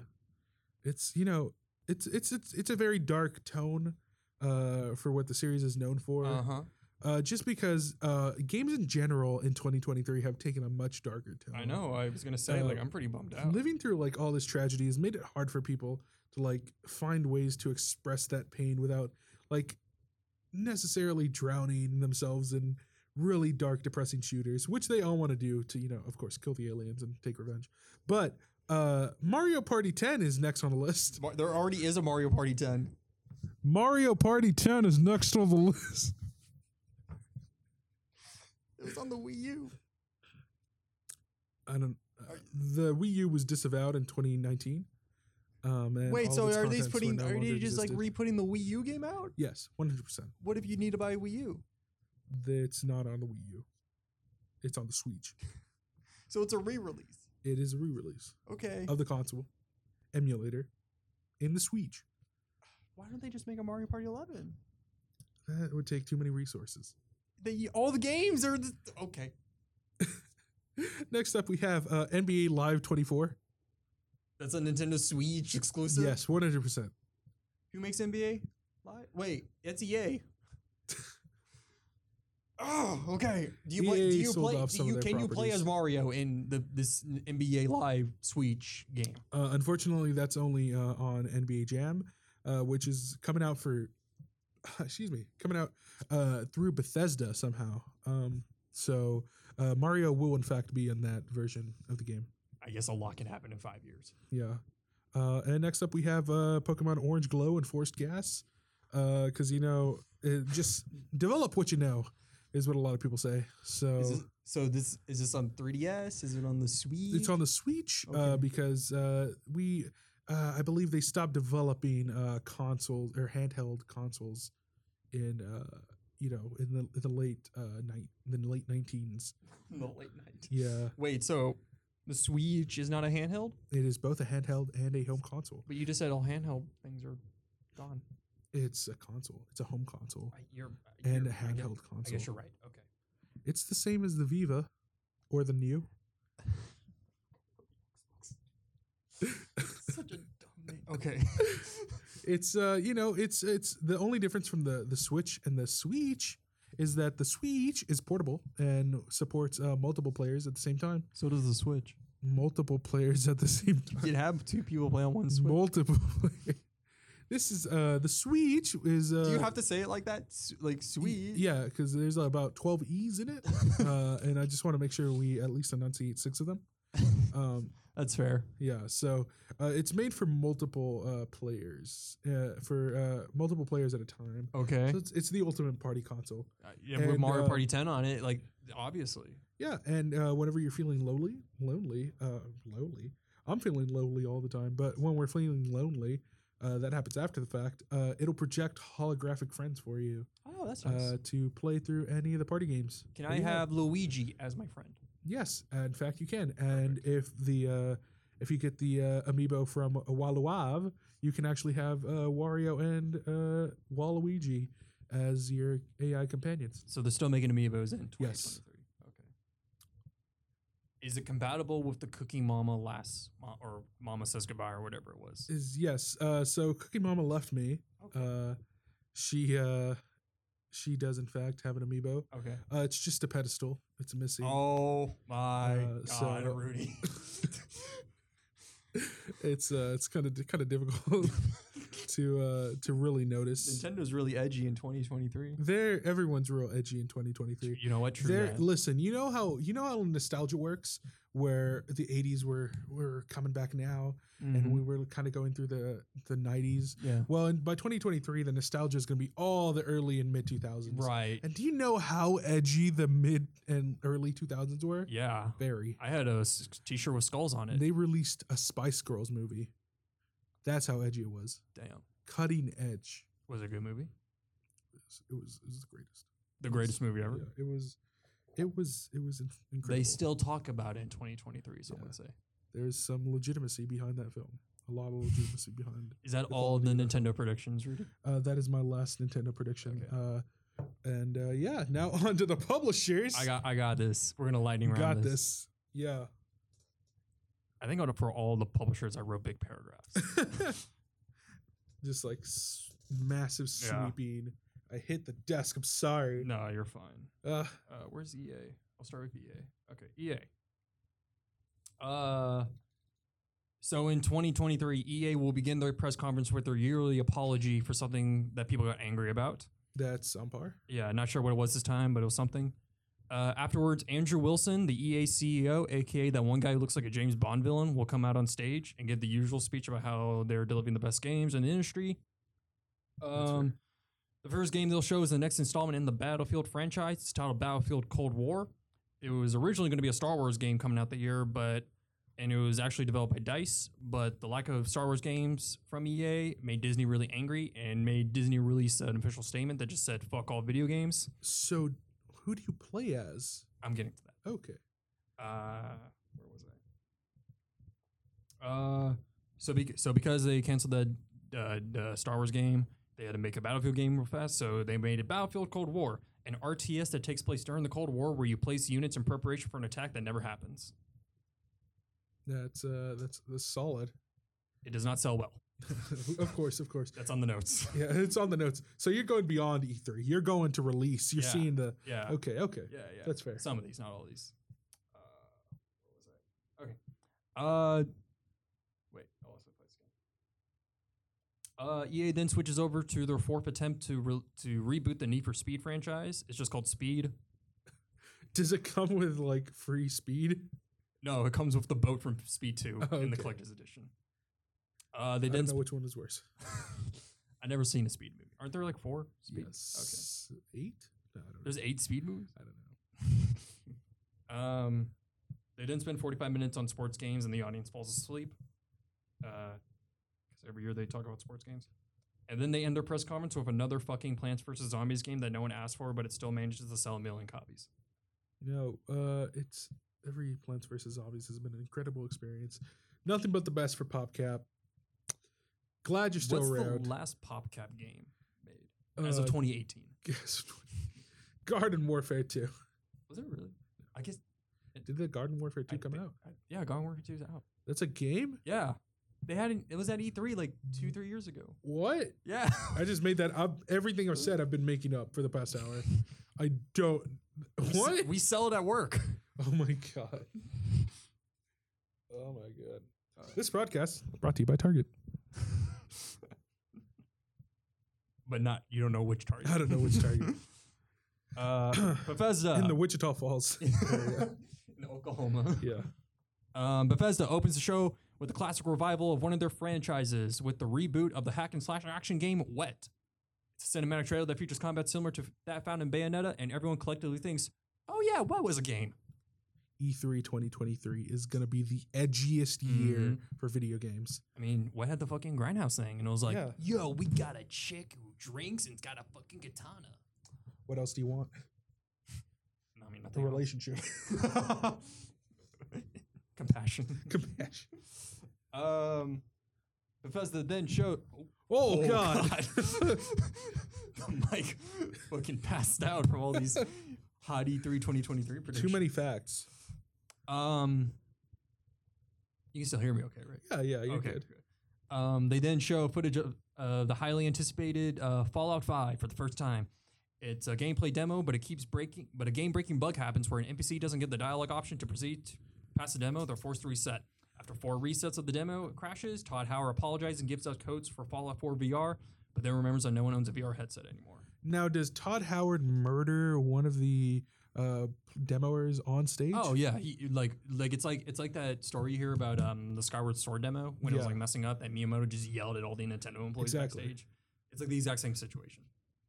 A: it's you know it's it's it's it's a very dark tone uh, for what the series is known for.
B: Uh huh.
A: Uh, just because uh, games in general in 2023 have taken a much darker tone.
B: I know. I was gonna say like
A: Uh,
B: I'm pretty bummed out.
A: Living through like all this tragedy has made it hard for people to like find ways to express that pain without like necessarily drowning themselves in really dark depressing shooters, which they all want to do to, you know, of course, kill the aliens and take revenge. But uh Mario Party 10 is next on the list.
B: Mar- there already is a Mario Party 10.
A: Mario Party 10 is next on the list.
B: It was on the Wii U.
A: I don't uh, the Wii U was disavowed in 2019. Um, and all
B: Wait,
A: of
B: so
A: its
B: are
A: contents
B: they
A: were
B: just putting?
A: no
B: are they
A: longer
B: just like
A: existed.
B: re-putting the Wii U game out?
A: Yes, 100%.
B: What if you need to buy a Wii U?
A: That's not on the Wii U. It's on the Switch.
B: So it's a re-release.
A: It is a re-release
B: Okay.
A: of the console emulator in the Switch.
B: Why don't they just make a Mario Party 11?
A: That would take too many resources.
B: They all the games are the, okay.
A: Next up, we have uh, NBA Live 24.
B: That's a Nintendo Switch exclusive.
A: yes, 100%.
B: Who makes NBA? Live? Wait, it's EA. oh, okay. Do you play? Do
A: EA
B: you
A: sold
B: play?
A: off
B: do
A: some of
B: you,
A: their
B: can you play
A: properties.
B: as Mario in the this NBA Live Switch game?
A: Uh, unfortunately, that's only uh, on NBA Jam, uh, which is coming out for, excuse me, coming out uh, through Bethesda somehow. Um, so uh, Mario will, in fact, be in that version of the game.
B: I guess a lot can happen in five years.
A: Yeah. Uh, and next up, we have uh, Pokemon Orange Glow and Forced Gas. Because, you know, it just develop what you know is what a lot of people say. So
B: Is this, so this is this on 3DS? Is it on the Switch?
A: it's on the Switch uh,
B: Okay.
A: because uh, we, uh, I believe they stopped developing uh, consoles or handheld consoles in, uh, you know, in the, in the late uh, night, in the late 19s.
B: in the late night.
A: Yeah.
B: Wait, so the Switch is not a handheld,
A: It is both a handheld and a home console.
B: but you just said all handheld things are gone.
A: It's a console, it's a home console.
B: I- You're,
A: And a
B: you're- I guess-
A: handheld console.
B: I guess you're right. Okay.
A: It's the same as the Viva or the New.
B: Such a dumb name. Okay.
A: It's uh, you know, it's it's the only difference from the the Switch and the Switch is that the Switch is portable and supports uh, multiple players at the same time.
B: so does the Switch.
A: Multiple players at the same time.
B: You'd have two people play on one Switch.
A: Multiple players. This is uh the Switch is uh
B: Do you have to say it like that? S- Like Switch?
A: yeah, because there's about twelve E's in it, uh, and I just want to make sure we at least enunciate six of them. Um,
B: That's fair.
A: Yeah, so uh, it's made for multiple uh, players, uh, for uh, multiple players at a time.
B: Okay.
A: So it's, it's the ultimate party console.
B: yeah, with
A: and,
B: Mario
A: uh,
B: Party 10 on it, like obviously.
A: Yeah, and uh, whenever you're feeling lonely, lonely, uh, lonely, I'm feeling lonely all the time. But when we're feeling lonely, uh, that happens after the fact. Uh, it'll project holographic friends for you
B: Oh, that's nice.
A: uh, to play through any of the party games.
B: Can
A: There
B: I
A: you go.
B: have Luigi as my friend?
A: Yes, in fact, you can. And if the uh, if you get the uh, amiibo from Waluigi, you can actually have uh, Wario and uh, Waluigi as your AI companions.
B: So they're still making amiibos in 2023.
A: Yes.
B: Okay. Is it compatible with the Cooking Mama last Mo- or Mama Says Goodbye or whatever it was?
A: Is yes. Uh, so Cookie Mama left me. Uh, she uh, she does in fact have an amiibo.
B: okay.
A: Uh, it's just a pedestal. It's missing.
B: Oh my
A: Uh, so-
B: god, Rudy.
A: It's uh, it's kind of kind of difficult to uh, to really notice.
B: Nintendo's really edgy in 2023.
A: There, everyone's real edgy in 2023.
B: You know what? True
A: There,
B: that.
A: listen. You know how you know how nostalgia works, where the '80s were were coming back now, and
B: Mhm.
A: we were kind of going through the the '90s.
B: yeah.
A: Well, and by 2023, the nostalgia is going to be all the early and mid 2000s.
B: Right.
A: And do you know how edgy the mid and early 2000s were?
B: Yeah.
A: Very.
B: I had a s- t-shirt with skulls on it.
A: They released a Spice Girls movie. That's how edgy it was.
B: Damn.
A: Cutting edge.
B: Was it a good movie?
A: It was it was, it was the greatest.
B: The greatest movie ever.
A: Yeah, it was. It was it was in- incredible.
B: They still talk about it in 2023, some
A: Yeah.
B: would say.
A: There's some legitimacy behind that film. A lot of legitimacy behind.
B: Is that all the Nintendo predictions, Rudy?
A: Uh, that is my last Nintendo prediction.
B: Okay.
A: Uh, and uh, yeah, now on to the publishers.
B: I got I got this. We're gonna lightning
A: You got
B: round.
A: this. Yeah.
B: I think I'm gonna for all the publishers I wrote big paragraphs.
A: Just like s- massive
B: Yeah.
A: sweeping. I hit the desk. I'm sorry.
B: no, you're fine.
A: Uh,
B: Uh, where's EA? I'll start with EA. Okay, EA. Uh, so in 2023, EA will begin their press conference with their yearly apology for something that people got angry about.
A: that's on par.
B: Yeah, not sure what it was this time, but it was something. Uh, afterwards, Andrew Wilson, the E EA CEO, aka that one guy who looks like a James Bond villain, will come out on stage and give the usual speech about how they're delivering the best games in the industry. Um, the first game they'll show is the next installment in the Battlefield franchise. It's titled Battlefield Cold War. It was originally going to be a Star Wars game coming out that year, but and it was actually developed by Dice. But the lack of Star Wars games from EA made Disney really angry and made Disney release an official statement that just said "fuck all video games."
A: So, who do you play as?
B: I'm getting to that.
A: Okay.
B: uh, where was I? Uh, so bec so because they canceled the, uh, the Star Wars game, they had to make a Battlefield game real fast. So they made a Battlefield Cold War, an RTS that takes place during the Cold War, where you place units in preparation for an attack that never happens.
A: That's uh, that's that's solid.
B: It does not sell well.
A: of course, of course.
B: That's on the notes.
A: Yeah, it's on the notes. So you're going beyond E3. You're going to release. You're
B: Yeah.
A: seeing the.
B: Yeah.
A: Okay, okay,
B: Yeah, yeah.
A: that's fair.
B: Some of these, not all these. Uh, what was I? Okay. Uh, wait, I lost my place again. Uh, EA then switches over to their fourth attempt to re- to reboot the Need for Speed franchise. It's just called Speed.
A: Does it come with like free speed?
B: No, it comes with the boat from Speed Two
A: Oh,
B: in the
A: okay.
B: collector's edition. Uh, they
A: I don't
B: didn't.
A: know which one is worse.
B: I never seen a Speed movie. Aren't there like four Speed?
A: Yes. Okay. Eight? No, I don't know.
B: There's eight Speed movies.
A: I don't know.
B: um, they didn't spend 45 minutes on sports games, and the audience falls asleep. Because every year they talk about sports games. And then they end their press conference with another fucking Plants vs. Zombies game that no one asked for, but it still manages to sell a million copies.
A: You know, uh, it's every Plants vs Zombies has been an incredible experience. Nothing but the best for PopCap. Glad you're still
B: What's
A: around. Uh,
B: the last PopCap game made as of 2018?
A: guess- Garden Warfare 2.
B: Was it really? I guess.
A: Did the Garden Warfare 2
B: I
A: come
B: think-
A: out?
B: I- yeah, Garden Warfare 2 is out.
A: That's a game?
B: Yeah. They had an, it was at E3 like two, three years ago.
A: What?
B: Yeah.
A: I just made that up. Everything I've said, I've been making up for the past hour. I don't.
B: We,
A: What?
B: s- we sell it at work.
A: Oh my god. Oh my god. This broadcast brought to you by Target.
B: but not, you don't know which target.
A: I don't know which Target
B: Uh, Bethesda
A: in the Wichita Falls. area.
B: in Oklahoma.
A: yeah.
B: Um, Bethesda opens the show with a classic revival of one of their franchises with the reboot of the hack and slash action game Wet. It's a cinematic trailer that features combat similar to that found in Bayonetta, and everyone collectively thinks, "Oh yeah, Wet was a game."
A: E3 2023 is gonna be the edgiest year for video games.
B: I mean, Wet had the fucking grindhouse thing, and it was like,
A: Yeah.
B: "Yo, we got a chick who drinks and's got a fucking katana."
A: What else do you want?
B: No, I mean,
A: A
B: nothing. else.
A: relationship,
B: Compassion.
A: compassion.
B: Um, Bethesda then showed.
A: Oh, god.
B: the mic fucking passed out from all these hot E E3 2023 predictions.
A: Too many facts.
B: Um, you can still hear me, okay, right?
A: Yeah, yeah, you're
B: okay.
A: good.
B: Um, they then show footage of uh, the highly anticipated uh, Fallout 5 for the first time. It's a gameplay demo, but it keeps breaking. But a game-breaking bug happens where an NPC doesn't get the dialogue option to proceed to past the demo. They're forced to reset. After four resets of the demo, it crashes. Todd Howard apologizes and gives out codes for Fallout 4 VR, but then remembers that no one owns a VR headset anymore.
A: Now, does Todd Howard murder one of the uh, demoers on stage?
B: Oh yeah, he like like it's like it's like that story you hear about um the Skyward Sword demo when it was
A: Yeah.
B: like messing up and Miyamoto just yelled at all the Nintendo employees
A: Exactly.
B: backstage. It's like the exact same situation.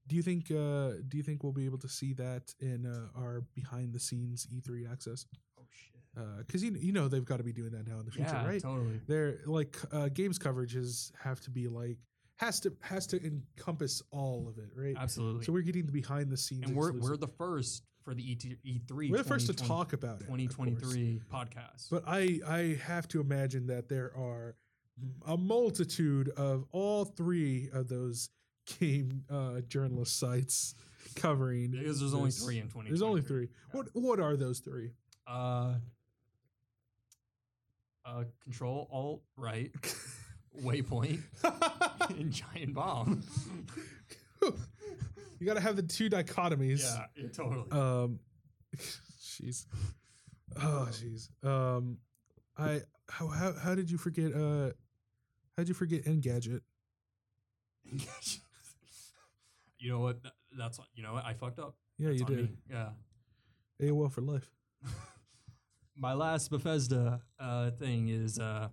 A: Do you think? Uh, do you think we'll be able to see that in uh, our behind the scenes E3 access?
B: Oh shit!
A: Because you, you know they've got to be doing that now in the future,
B: yeah,
A: right?
B: totally.
A: They're like uh, games coverages have to be like has to has to encompass all of it, right?
B: Absolutely.
A: So we're getting the behind the scenes,
B: and we're
A: exclusive.
B: we're the first for the E E three.
A: We're the first to talk about it. of course.
B: 2023 podcast.
A: But I I have to imagine that there are a multitude of all three of those game uh, journalist sites covering.
B: Because there's only
A: this.
B: three in 20.
A: There's only three. What what are those three?
B: Uh, uh, control, alt, right, waypoint, and giant bomb.
A: you got to have the two dichotomies.
B: yeah, totally.
A: Um, jeez. Oh, jeez. Um, I how, how how did you forget? Uh, how did you forget Engadget?
B: you know what? Th- That's you know what? I fucked up.
A: Yeah,
B: It's
A: you
B: on
A: did.
B: me. Yeah.
A: AOL for life.
B: My last Bethesda uh, thing is uh,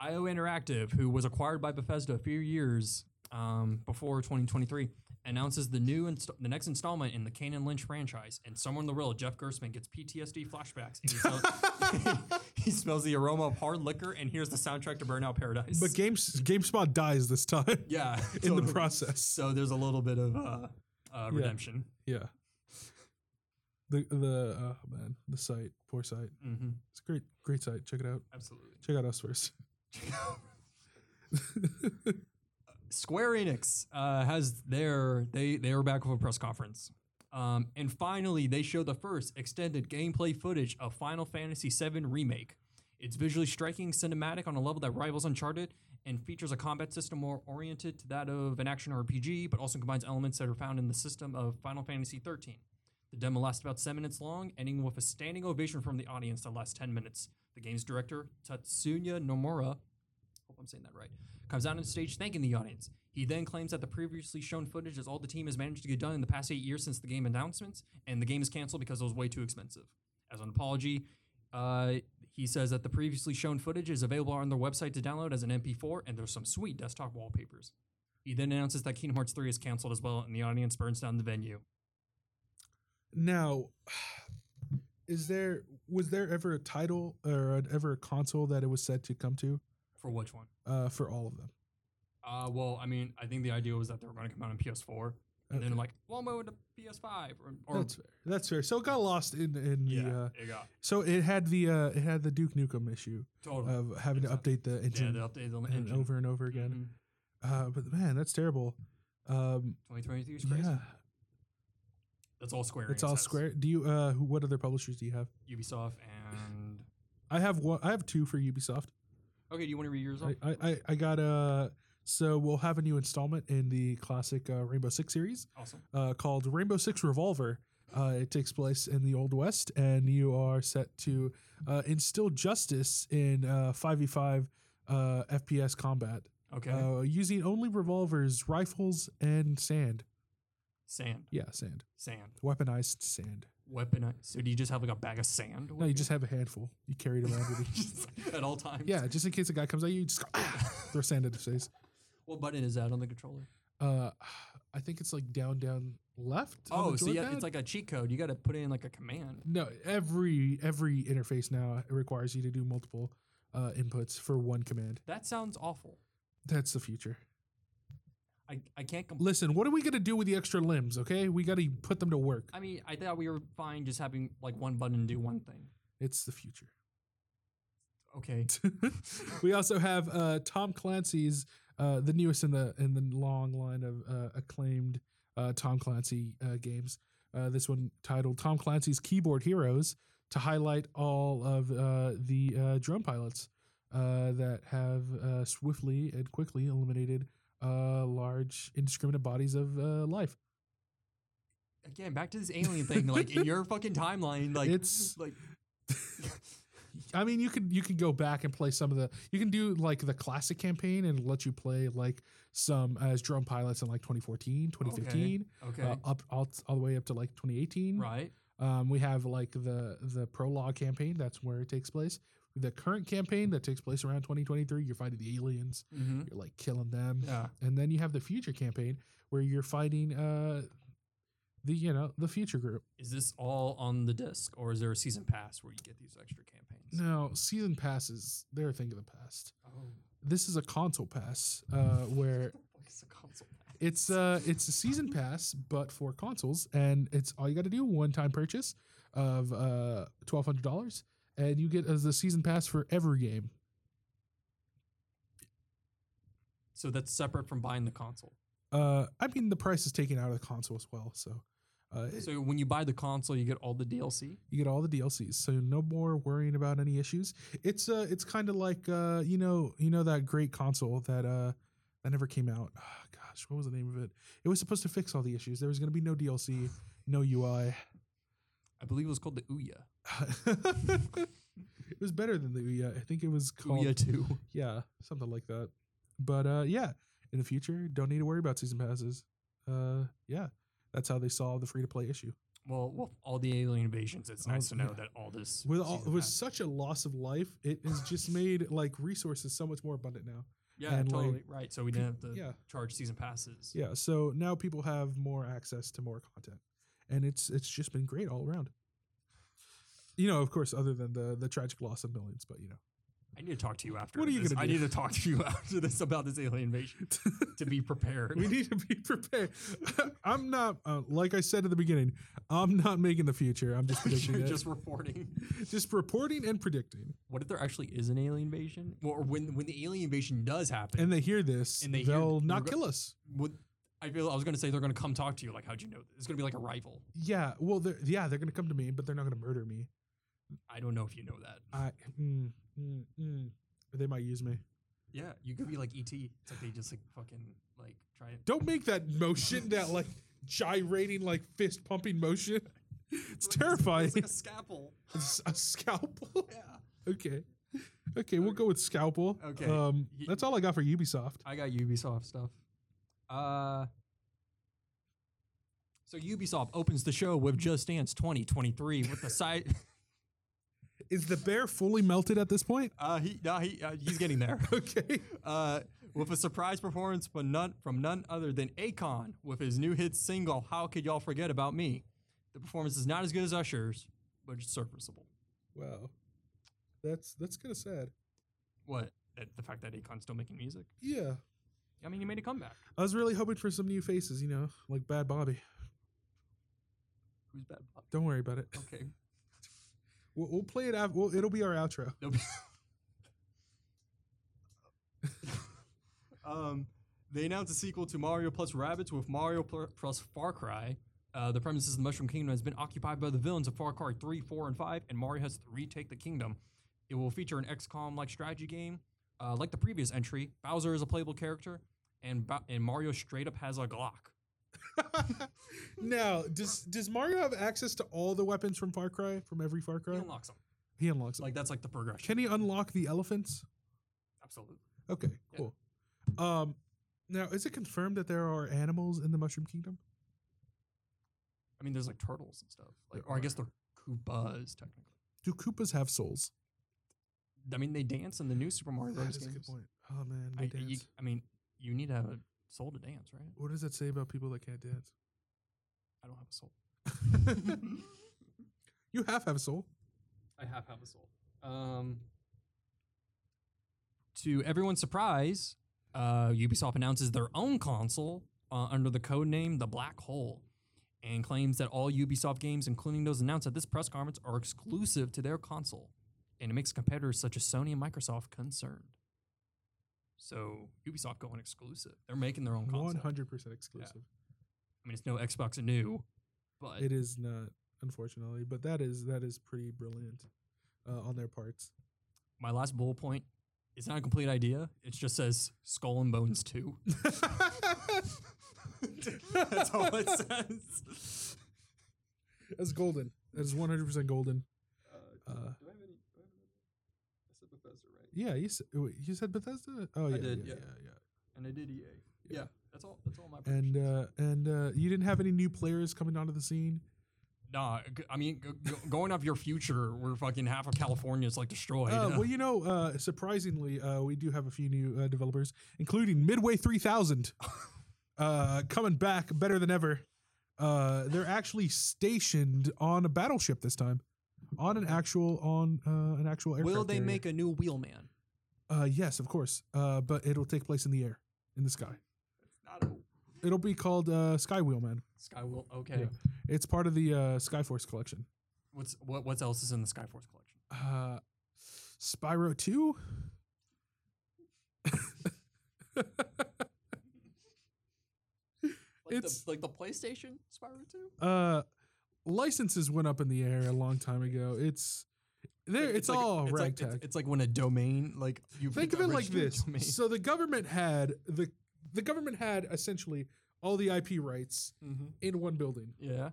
B: IO Interactive, who was acquired by Bethesda a few years um, before 2023, announces the new inst- the next installment in the Kane and Lynch franchise. And somewhere in the real, Jeff Gerstmann gets PTSD flashbacks. And he, smells, he smells the aroma of hard liquor and hears the soundtrack to Burnout Paradise.
A: But Games GameSpot dies this time
B: yeah,
A: in the
B: totally.
A: process.
B: So there's a little bit of uh, uh, redemption.
A: Yeah. The the oh man the site poor site
B: Mm-hmm.
A: it's a great great site check it out
B: Absolutely.
A: check out us first
B: Square Enix uh, has their they they were back with a press conference, um, and finally they show the first extended gameplay footage of Final Fantasy VII remake. It's visually striking, cinematic on a level that rivals Uncharted, and features a combat system more oriented to that of an action RPG, but also combines elements that are found in the system of Final Fantasy XIII. The demo lasts about seven minutes long, ending with a standing ovation from the audience that lasts ten minutes. The game's director Tatsuya Nomura hope I'm saying that right, comes out on stage thanking the audience. He then claims that the previously shown footage is all the team has managed to get done in the past eight years since the game announcements, and the game is canceled because it was way too expensive. As an apology, uh, he says that the previously shown footage is available on their website to download as an MP4, and there's some sweet desktop wallpapers. He then announces that Kingdom Hearts 3 is canceled as well, and the audience burns down the venue.
A: now is there was there ever a title or ever a console that it was said to come to
B: For which one?
A: uh, for all of them
B: Uh, well, I mean, I think the idea was that they were going to come out on PS4, and then like, well, move to PS5 or, or
A: that's fair. That's fair. So it got lost in in
B: yeah,
A: the. Uh,
B: it got
A: so it had the uh, it had the Duke Nukem issue
B: totally.
A: of having to
B: Oh, Exactly.
A: update the
B: Yeah,
A: engine,
B: they updated the
A: and
B: engine Mm-hmm.
A: over and over again. Uh, but man, that's terrible. Um,
B: 2023 is crazy.
A: yeah,
B: That's all Square.
A: it's
B: Enix
A: all
B: has.
A: Square. Do you? Uh, who- what other publishers do you have?
B: Ubisoft and
A: I have one. I have two for Ubisoft.
B: okay. Do you want to read yours? off?
A: I I, I, I got Uh, so we'll have a new installment in the classic uh, Rainbow Six series.
B: awesome.
A: uh, called Rainbow Six Revolver. Uh, it takes place in the Old West, and you are set to uh, instill justice in uh, 5v5 uh, FPS combat
B: Okay.
A: uh, using only revolvers, rifles, and sand.
B: sand.
A: Yeah, sand.
B: Sand.
A: Weaponized sand.
B: Weaponized. So do you just have like a bag of sand?
A: No, you just have a handful. You carry it around with you.
B: Just at all times.
A: Yeah, just in case a guy comes at you, you just go, "Ah," throw sand at his face.
B: What button is that on the controller?
A: Uh, I think it's like down, down, left. on
B: Oh,
A: the
B: so yeah,
A: joypad?
B: it's like a cheat code. You got to put in like a command.
A: No, every every interface now requires you to do multiple uh, inputs for one command.
B: That sounds awful.
A: That's the future.
B: I, I can't. Compl-
A: Listen, what are we gonna do with the extra limbs? Okay, we gotta put them to work.
B: I mean, I thought we were fine just having like one button do one thing.
A: It's the future.
B: Okay.
A: we also have uh, Tom Clancy's uh, the newest in the in the long line of uh, acclaimed uh, Tom Clancy uh, games. Uh, this one titled Tom Clancy's Keyboard Heroes to highlight all of uh, the uh, drone pilots uh, that have uh, swiftly and quickly eliminated uh, large indiscriminate bodies of uh, life.
B: Again, back to this alien thing. Like in your fucking timeline, like
A: It's-
B: like
A: I mean, you could you could go back and play some of the. You can do like the classic campaign and let you play like some as drone pilots in like 2014, 2015,
B: okay,
A: uh, up all, all the way up to like 2018.
B: right.
A: Um, we have like the the prologue campaign. That's where it takes place. The current campaign that takes place around 2023. You're fighting the aliens.
B: Mm-hmm.
A: You're like killing them.
B: Yeah.
A: And then you have the future campaign where you're fighting uh, the you know the future group.
B: Is this all on the disc, or is there a season pass where you get these extra campaigns?
A: Now season passes. They're a thing of the past.
B: Oh.
A: This is a console pass uh, where
B: What is a console pass?
A: It's uh it's a season pass, but for consoles, and it's all you got to do one time purchase of uh twelve hundred dollars, and you get as the season pass for every game.
B: So that's separate from buying the console.
A: Uh, I mean, the price is taken out of the console as well, so uh, it-
B: So when you buy the console, you get all the DLC.
A: you get all the DLCs. So no more worrying about any issues. It's uh, it's kind of like uh, you know, you know that great console that uh, that never came out. Ah, gosh, what was the name of it? It was supposed to fix all the issues. There was going to be no DLC, no UI.
B: I believe it was called the Ouya.
A: it was better than the Ouya. I think it was called
B: Ouya 2.
A: yeah, something like that. But uh, yeah, in the future, don't need to worry about season passes. Uh, yeah, that's how they solve the free to play issue.
B: Well, well, all the alien invasions. It's
A: All-
B: nice to know
A: yeah.
B: that all this
A: With all,
B: season
A: with
B: pass-
A: such a loss of life, it has just made like resources so much more abundant now.
B: yeah,
A: and, like,
B: totally right. So we didn't have to
A: Yeah,
B: charge season passes.
A: yeah. So now people have more access to more content, and it's it's just been great all around. You know, of course, other than the the tragic loss of millions, but you know.
B: I need to talk to you after.
A: What are you
B: this.
A: gonna
B: I
A: do?
B: need to talk to you after this about this alien invasion to be prepared.
A: We need to be prepared. I'm not, uh, like I said at the beginning, I'm not making the future. I'm just predicting
B: You're
A: it.
B: just reporting.
A: just reporting and predicting.
B: What if there actually is an alien invasion? Well, or when when the alien invasion does happen,
A: And they hear this,
B: And they hear
A: will
B: th- they're
A: not
B: go-
A: kill us.
B: would- I feel I was gonna say they're gonna come talk to you. Like, how'd you know? this? It's gonna be like a rival.
A: Yeah, well, they're, yeah, they're gonna come to me, but they're not gonna murder me.
B: I don't know if you know that.
A: I, mm, mm, mm. They might use me.
B: Yeah, you could be like ET. It's like they just like fucking like try it.
A: Don't make that motion, that like gyrating, like fist pumping motion. It's terrifying.
B: It's like a scalpel.
A: It's a scalpel.
B: Yeah.
A: okay, okay, we'll go with scalpel.
B: Okay.
A: um,
B: He-
A: that's all I got for Ubisoft.
B: I got Ubisoft stuff. Uh so Ubisoft opens the show with Just Dance 2023 with the side.
A: Is the bear fully melted at this point?
B: Uh, he, no, he, uh, he's getting there.
A: Okay.
B: Uh, with a surprise performance from none, from none other than Akon with his new hit single "How Could Y'all Forget About Me." The performance is not as good as Usher's, but it's serviceable.
A: Wow, that's that's kind of sad.
B: What? That- The fact that Akon's still making music.
A: Yeah,
B: I mean, he made a comeback.
A: I was really hoping for some new faces. You know, like Bad Bobby.
B: Who's bad?
A: Don't worry about it.
B: Okay.
A: We'll, we'll play it after. We'll, it'll be our outro.
B: Nope. um, they announced a sequel to Mario plus Rabbits with Mario pl- plus Far Cry. Uh, the premise is the Mushroom Kingdom has been occupied by the villains of Far Cry 3, 4, and 5, and Mario has to retake the kingdom. It will feature an XCOM like strategy game. Uh, like the previous entry, Bowser is a playable character, and, Ba- and Mario straight up has a Glock.
A: now, does does Mario have access to all the weapons from Far Cry? From every Far
B: He
A: Cry,
B: unlocks them.
A: he unlocks. Like,
B: Like, that's like the progression.
A: can he unlock the elephants?
B: Absolutely.
A: Okay,
B: Yeah.
A: cool. Um, now is it confirmed that there are animals in the Mushroom Kingdom?
B: I mean, there's like turtles and stuff. Like,
A: There
B: or I
A: are.
B: guess they're Koopas, technically.
A: Do Koopas have souls?
B: I mean, they dance in the new Super Mario
A: that
B: Bros.
A: is a
B: games.
A: good point. Oh man, they
B: I,
A: dance.
B: you, I mean, you need to have a soul to dance, right?
A: what does that say about people that can't dance?
B: I don't have a soul.
A: You have have a soul.
B: I have have a soul. Um, to everyone's surprise, uh, Ubisoft announces their own console uh, under the code name The Black Hole and claims that all Ubisoft games, including those announced at this press conference, are exclusive to their console. And it makes competitors such as Sony and Microsoft concerned. So Ubisoft going exclusive. They're making their own console.
A: One hundred percent exclusive.
B: I mean, it's no Xbox new, but
A: It is not, unfortunately, but that is that is pretty brilliant uh, on their parts.
B: my last bullet point it's not a complete idea. It just says Skull and Bones 2. That's all it says.
A: That's golden. That is one hundred percent golden. Uh,
C: Do I have any? Do I have any? I said Bethesda, right?
A: yeah, you said, wait, you said Bethesda. Oh yeah,
C: did,
A: yeah,
C: yeah. And I did EA.
A: E Yeah.
C: Yeah, that's all. That's all my.
A: yeah. And
C: predictions.
A: uh, and uh, you didn't have any new players coming onto the scene.
B: Nah, g- I mean, g- g- going off your future, where fucking half of California is like destroyed.
A: Uh, well, you know, uh, surprisingly, uh, we do have a few new uh, developers, including Midway Three Thousand, uh, coming back better than ever. Uh, they're actually stationed on a battleship this time, on an actual on uh, an actual aircraft.
B: Will they
A: carrier.
B: make a new Wheelman?
A: Uh, yes, of course. Uh, but it'll take place in the air, in the sky.
C: it's not a.
A: It'll be called uh, Sky Wheelman.
B: Sky Wheel. Okay.
A: Yeah. It's part of the uh, Skyforce collection.
B: What's what? What's else is in the Skyforce collection?
A: Uh, Spyro Two.
C: Like
A: It's-
C: the like the PlayStation Spyro Two.
A: Uh, licenses went up in the air a long time ago. It's there. It's,
C: like-
A: all
C: it's like-
A: ragtag.
B: Eh, it's, like when a domain like you
A: Think of it like this: so the government had the the government had essentially all the IP rights in one building,
B: Yeah.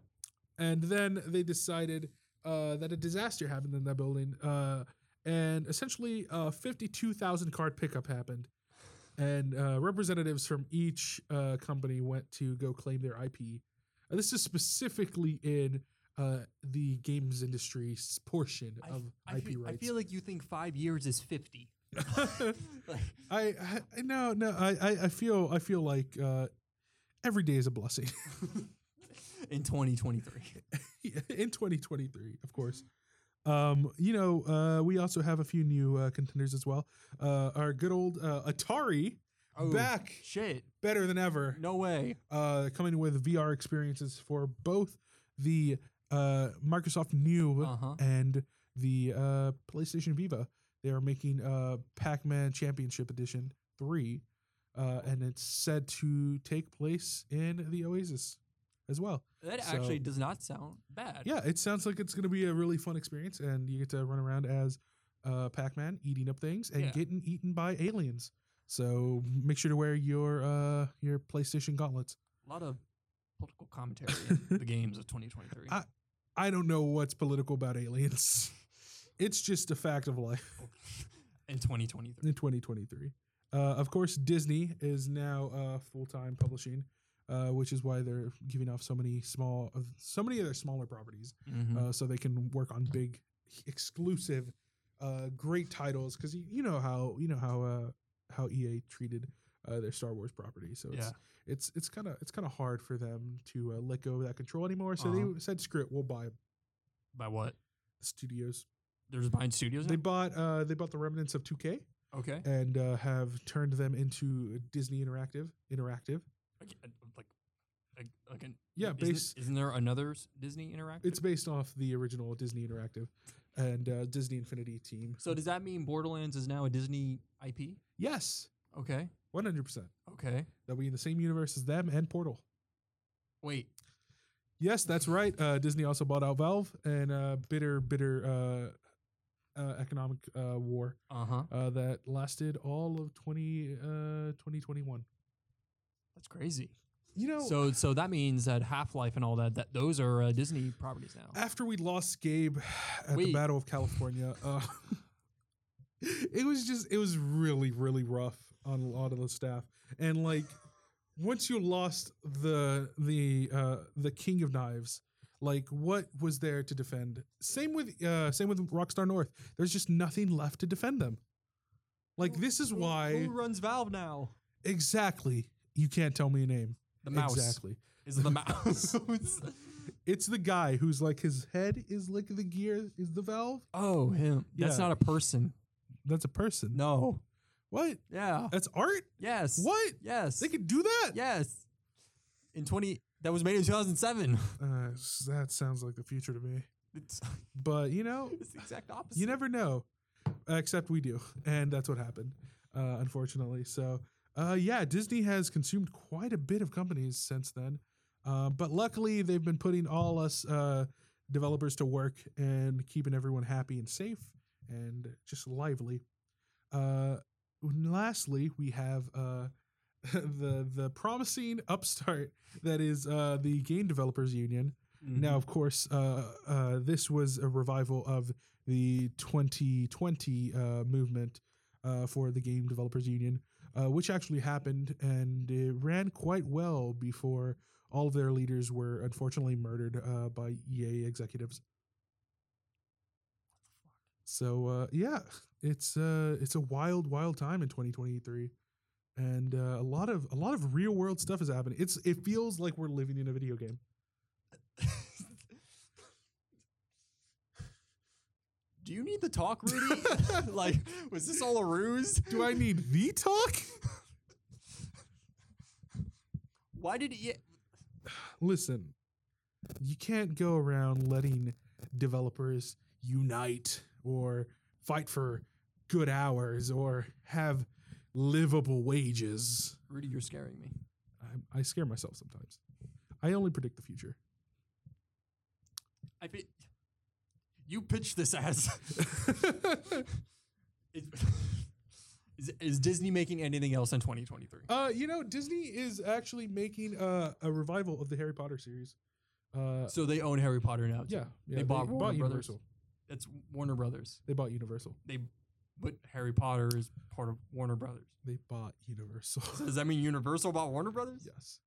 A: and then they decided uh, that a disaster happened in that building, uh, and essentially uh, fifty two thousand card pickup happened, and uh, representatives from each uh, company went to go claim their IP. Uh, this is specifically in uh, the games industry s- portion
B: I,
A: of
B: I,
A: IP
B: feel,
A: rights.
B: I feel like you think five years is fifty. Like,
A: I, I- I no no I, I I feel I feel like uh, every day is a blessing
B: in 2023.
A: in 2023, of course. Um, you know, uh, we also have a few new uh, contenders as well. Uh, our good old uh, Atari back
B: Shit.
A: better than ever,
B: Oh. No way.
A: uh, coming with VR experiences for both the uh, Microsoft New
B: Uh huh.
A: and the uh, PlayStation Viva. They are making uh, Pac-Man Championship Edition three, uh, and it's said to take place in the Oasis as well.
B: That
A: So-
B: actually does not sound bad.
A: Yeah, it sounds like it's going to be a really fun experience, and you get to run around as uh, Pac-Man, eating up things and
B: Yeah.
A: getting eaten by aliens. So make sure to wear your uh, your PlayStation gauntlets.
B: A lot of political commentary in the games of 2023.
A: I- I don't know what's political about aliens. It's just a fact of life.
B: in 2023.
A: in 2023. Uh, of course, Disney is now uh, full time publishing, uh, which is why they're giving off so many small, of so many of their smaller properties,
B: Mhm.
A: uh, so they can work on big, exclusive, uh, great titles. Because you, you know how you know how uh, how EA treated uh, their Star Wars property, so it's
B: yeah.
A: it's it's kind of it's kind of hard for them to uh, let go of that control anymore. So
B: Uh-huh.
A: they said, "Screw it, we'll buy
B: By what?
A: the studios."
B: They're just buying studios.
A: They
B: now?
A: bought uh, they bought the remnants of 2K.
B: okay.
A: and uh, have turned them into Disney Interactive. Interactive.
B: Like, uh, like, like, like an,
A: Yeah,
B: isn't,
A: base-
B: Isn't there another s- Disney interactive?
A: It's based off the original Disney Interactive and uh, Disney Infinity team.
B: so does that mean Borderlands is now a Disney IP?
A: Yes,
B: Okay.
A: one hundred percent.
B: Okay.
A: They'll be in the same universe as them and Portal.
B: Wait.
A: Yes, that's right. Uh, Disney also bought out Valve, and uh, bitter, bitter uh, uh, economic uh, war
B: Uh huh.
A: uh, that lasted all of 20, uh, 2021.
B: That's crazy.
A: You know,
B: So so that means that Half Life and all that that those are uh, Disney properties now.
A: after we lost Gabe at the
B: Wait.
A: Battle of California, uh, it was just it was really really rough on a lot of the staff. And like once you lost the the uh, the King of Knives, like what was there to defend? Same with uh, same with Rockstar North. There's just nothing left to defend them. Like this is why
B: who runs Valve now?
A: exactly you can't tell me a name.
B: The mouse
A: Exactly.
B: is the mouse.
A: It's the guy who's like his head is like the gear is the valve.
B: oh, him. That's
A: Yeah.
B: not a person.
A: That's a person.
B: No.
A: What?
B: Yeah.
A: That's art?
B: Yes.
A: What?
B: Yes.
A: They could do that?
B: yes. In twenty, that was made in two thousand seven.
A: Uh, s- that sounds like the future to me.
B: It's,
A: But you know,
B: it's the exact opposite.
A: you never know. Except we do, and that's what happened, uh, unfortunately. So, uh, yeah, Disney has consumed quite a bit of companies since then. Uh, but luckily, they've been putting all us uh, developers to work and keeping everyone happy and safe and just lively. Uh, and lastly, we have uh, the the promising upstart that is uh, the Game Developers Union.
B: Mhm.
A: Now, of course, uh, uh, this was a revival of the 2020 uh, movement uh, for the Game Developers Union, uh, which actually happened and it ran quite well before all of their leaders were unfortunately murdered uh, by EA executives. So uh, yeah, it's uh, it's a wild, wild time in 2023, and uh, a lot of a lot of real world stuff is happening. It's it feels like we're living in a video game.
B: Do you need the talk, Rudy? like, was this all a ruse?
A: Do I need the talk?
B: Why did he?
A: Listen, you can't go around letting developers unite or fight for good hours or have livable wages.
B: Rudy, you're scaring me.
A: I I'm, I scare myself sometimes. I only predict the future.
B: I pi- you pitched this as is, is, is Disney making anything else in 2023?
A: uh, you know, Disney is actually making uh, a revival of the Harry Potter series. Uh,
B: so they own Harry Potter now. too.
A: yeah, yeah,
B: bought Warner Brothers.
A: Universal.
B: that's Warner Brothers.
A: They bought Universal.
B: They but Harry Potter is part of Warner Brothers.
A: They bought Universal.
B: So does that mean Universal bought Warner Brothers?
A: yes.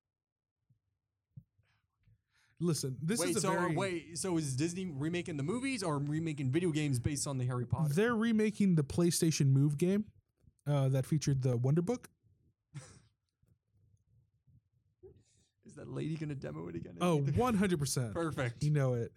A: Listen, this
B: wait,
A: is a
B: so uh,
A: very
B: wait, so is Disney remaking the movies or remaking video games based on the Harry Potter?
A: They're remaking the PlayStation Move game uh, that featured the Wonder Book.
B: Is that lady gonna demo it again?
A: Oh, 100%.
B: perfect.
A: You know it.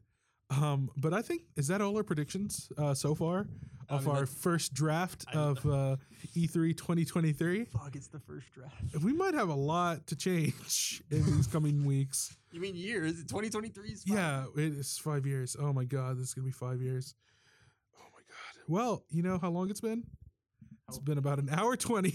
A: Um, but I think, is that all our predictions uh, so far
B: I
A: of
B: mean,
A: our
B: that's-
A: first draft
B: I-
A: of uh, E3 2023?
B: Fuck, it's the first draft.
A: We might have a lot to change in these coming weeks.
B: You mean years? 2023 is fine.
A: Yeah, it is five years. Oh my God, this is going to be five years. Oh my God. Well, you know how long it's been? It's
B: How-
A: been about an hour 20,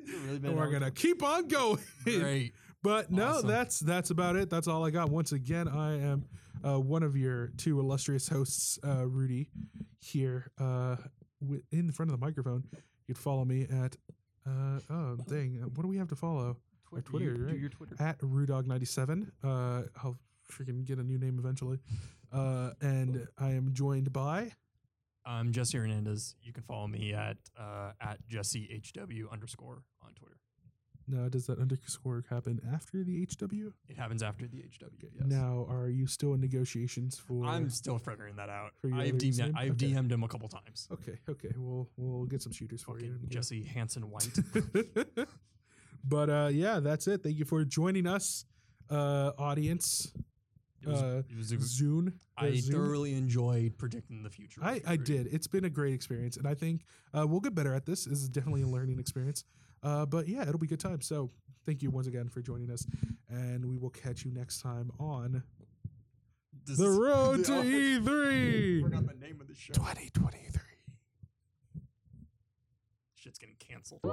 B: It's really Oh. been
A: and we're
B: hard.
A: going to keep on going.
B: Great.
A: But no,
B: Awesome.
A: that's that's about it. That's all I got. Once again, I am uh, one of your two illustrious hosts, uh, Rudy, here uh, wi- in front of the microphone. You'd follow me at uh, oh dang, what do we have to follow?
B: Twitter,
A: Twitter,
B: you, do
A: right.
B: your Twitter.
A: At Rudog97. Uh, I'll freaking get a new name eventually. Uh, and I am joined by
B: I'm Um, Jesse Hernandez. You can follow me at uh, at Jesse HW underscore on Twitter.
A: now. Does that underscore happen after the HW?
B: It happens after the HW. Yes.
A: Now, are you still in negotiations for?
B: I'm still figuring that out.
A: For your
B: I've,
A: other
B: DM'd,
A: username?
B: I've
A: Okay.
B: DM'd him a couple times.
A: okay, okay. We'll we'll get some shooters for you.
B: Fucking
A: and-
B: Jesse Hansen White.
A: but uh yeah that's it thank you for joining us uh audience
B: It was,
A: Uh,
B: it was a-
A: Zune. Uh,
B: I
A: Zune.
B: thoroughly enjoyed predicting the future.
A: I, I did it's been a great experience and i think uh, we'll get better at this this is definitely a learning experience uh, but yeah it'll be a good time so thank you once again for joining us and we will catch you next time on
B: This
A: the
B: is-
A: road to E
B: Oh,
A: e3
B: Forgot the name of the show.
A: 2023
B: Shit's getting canceled.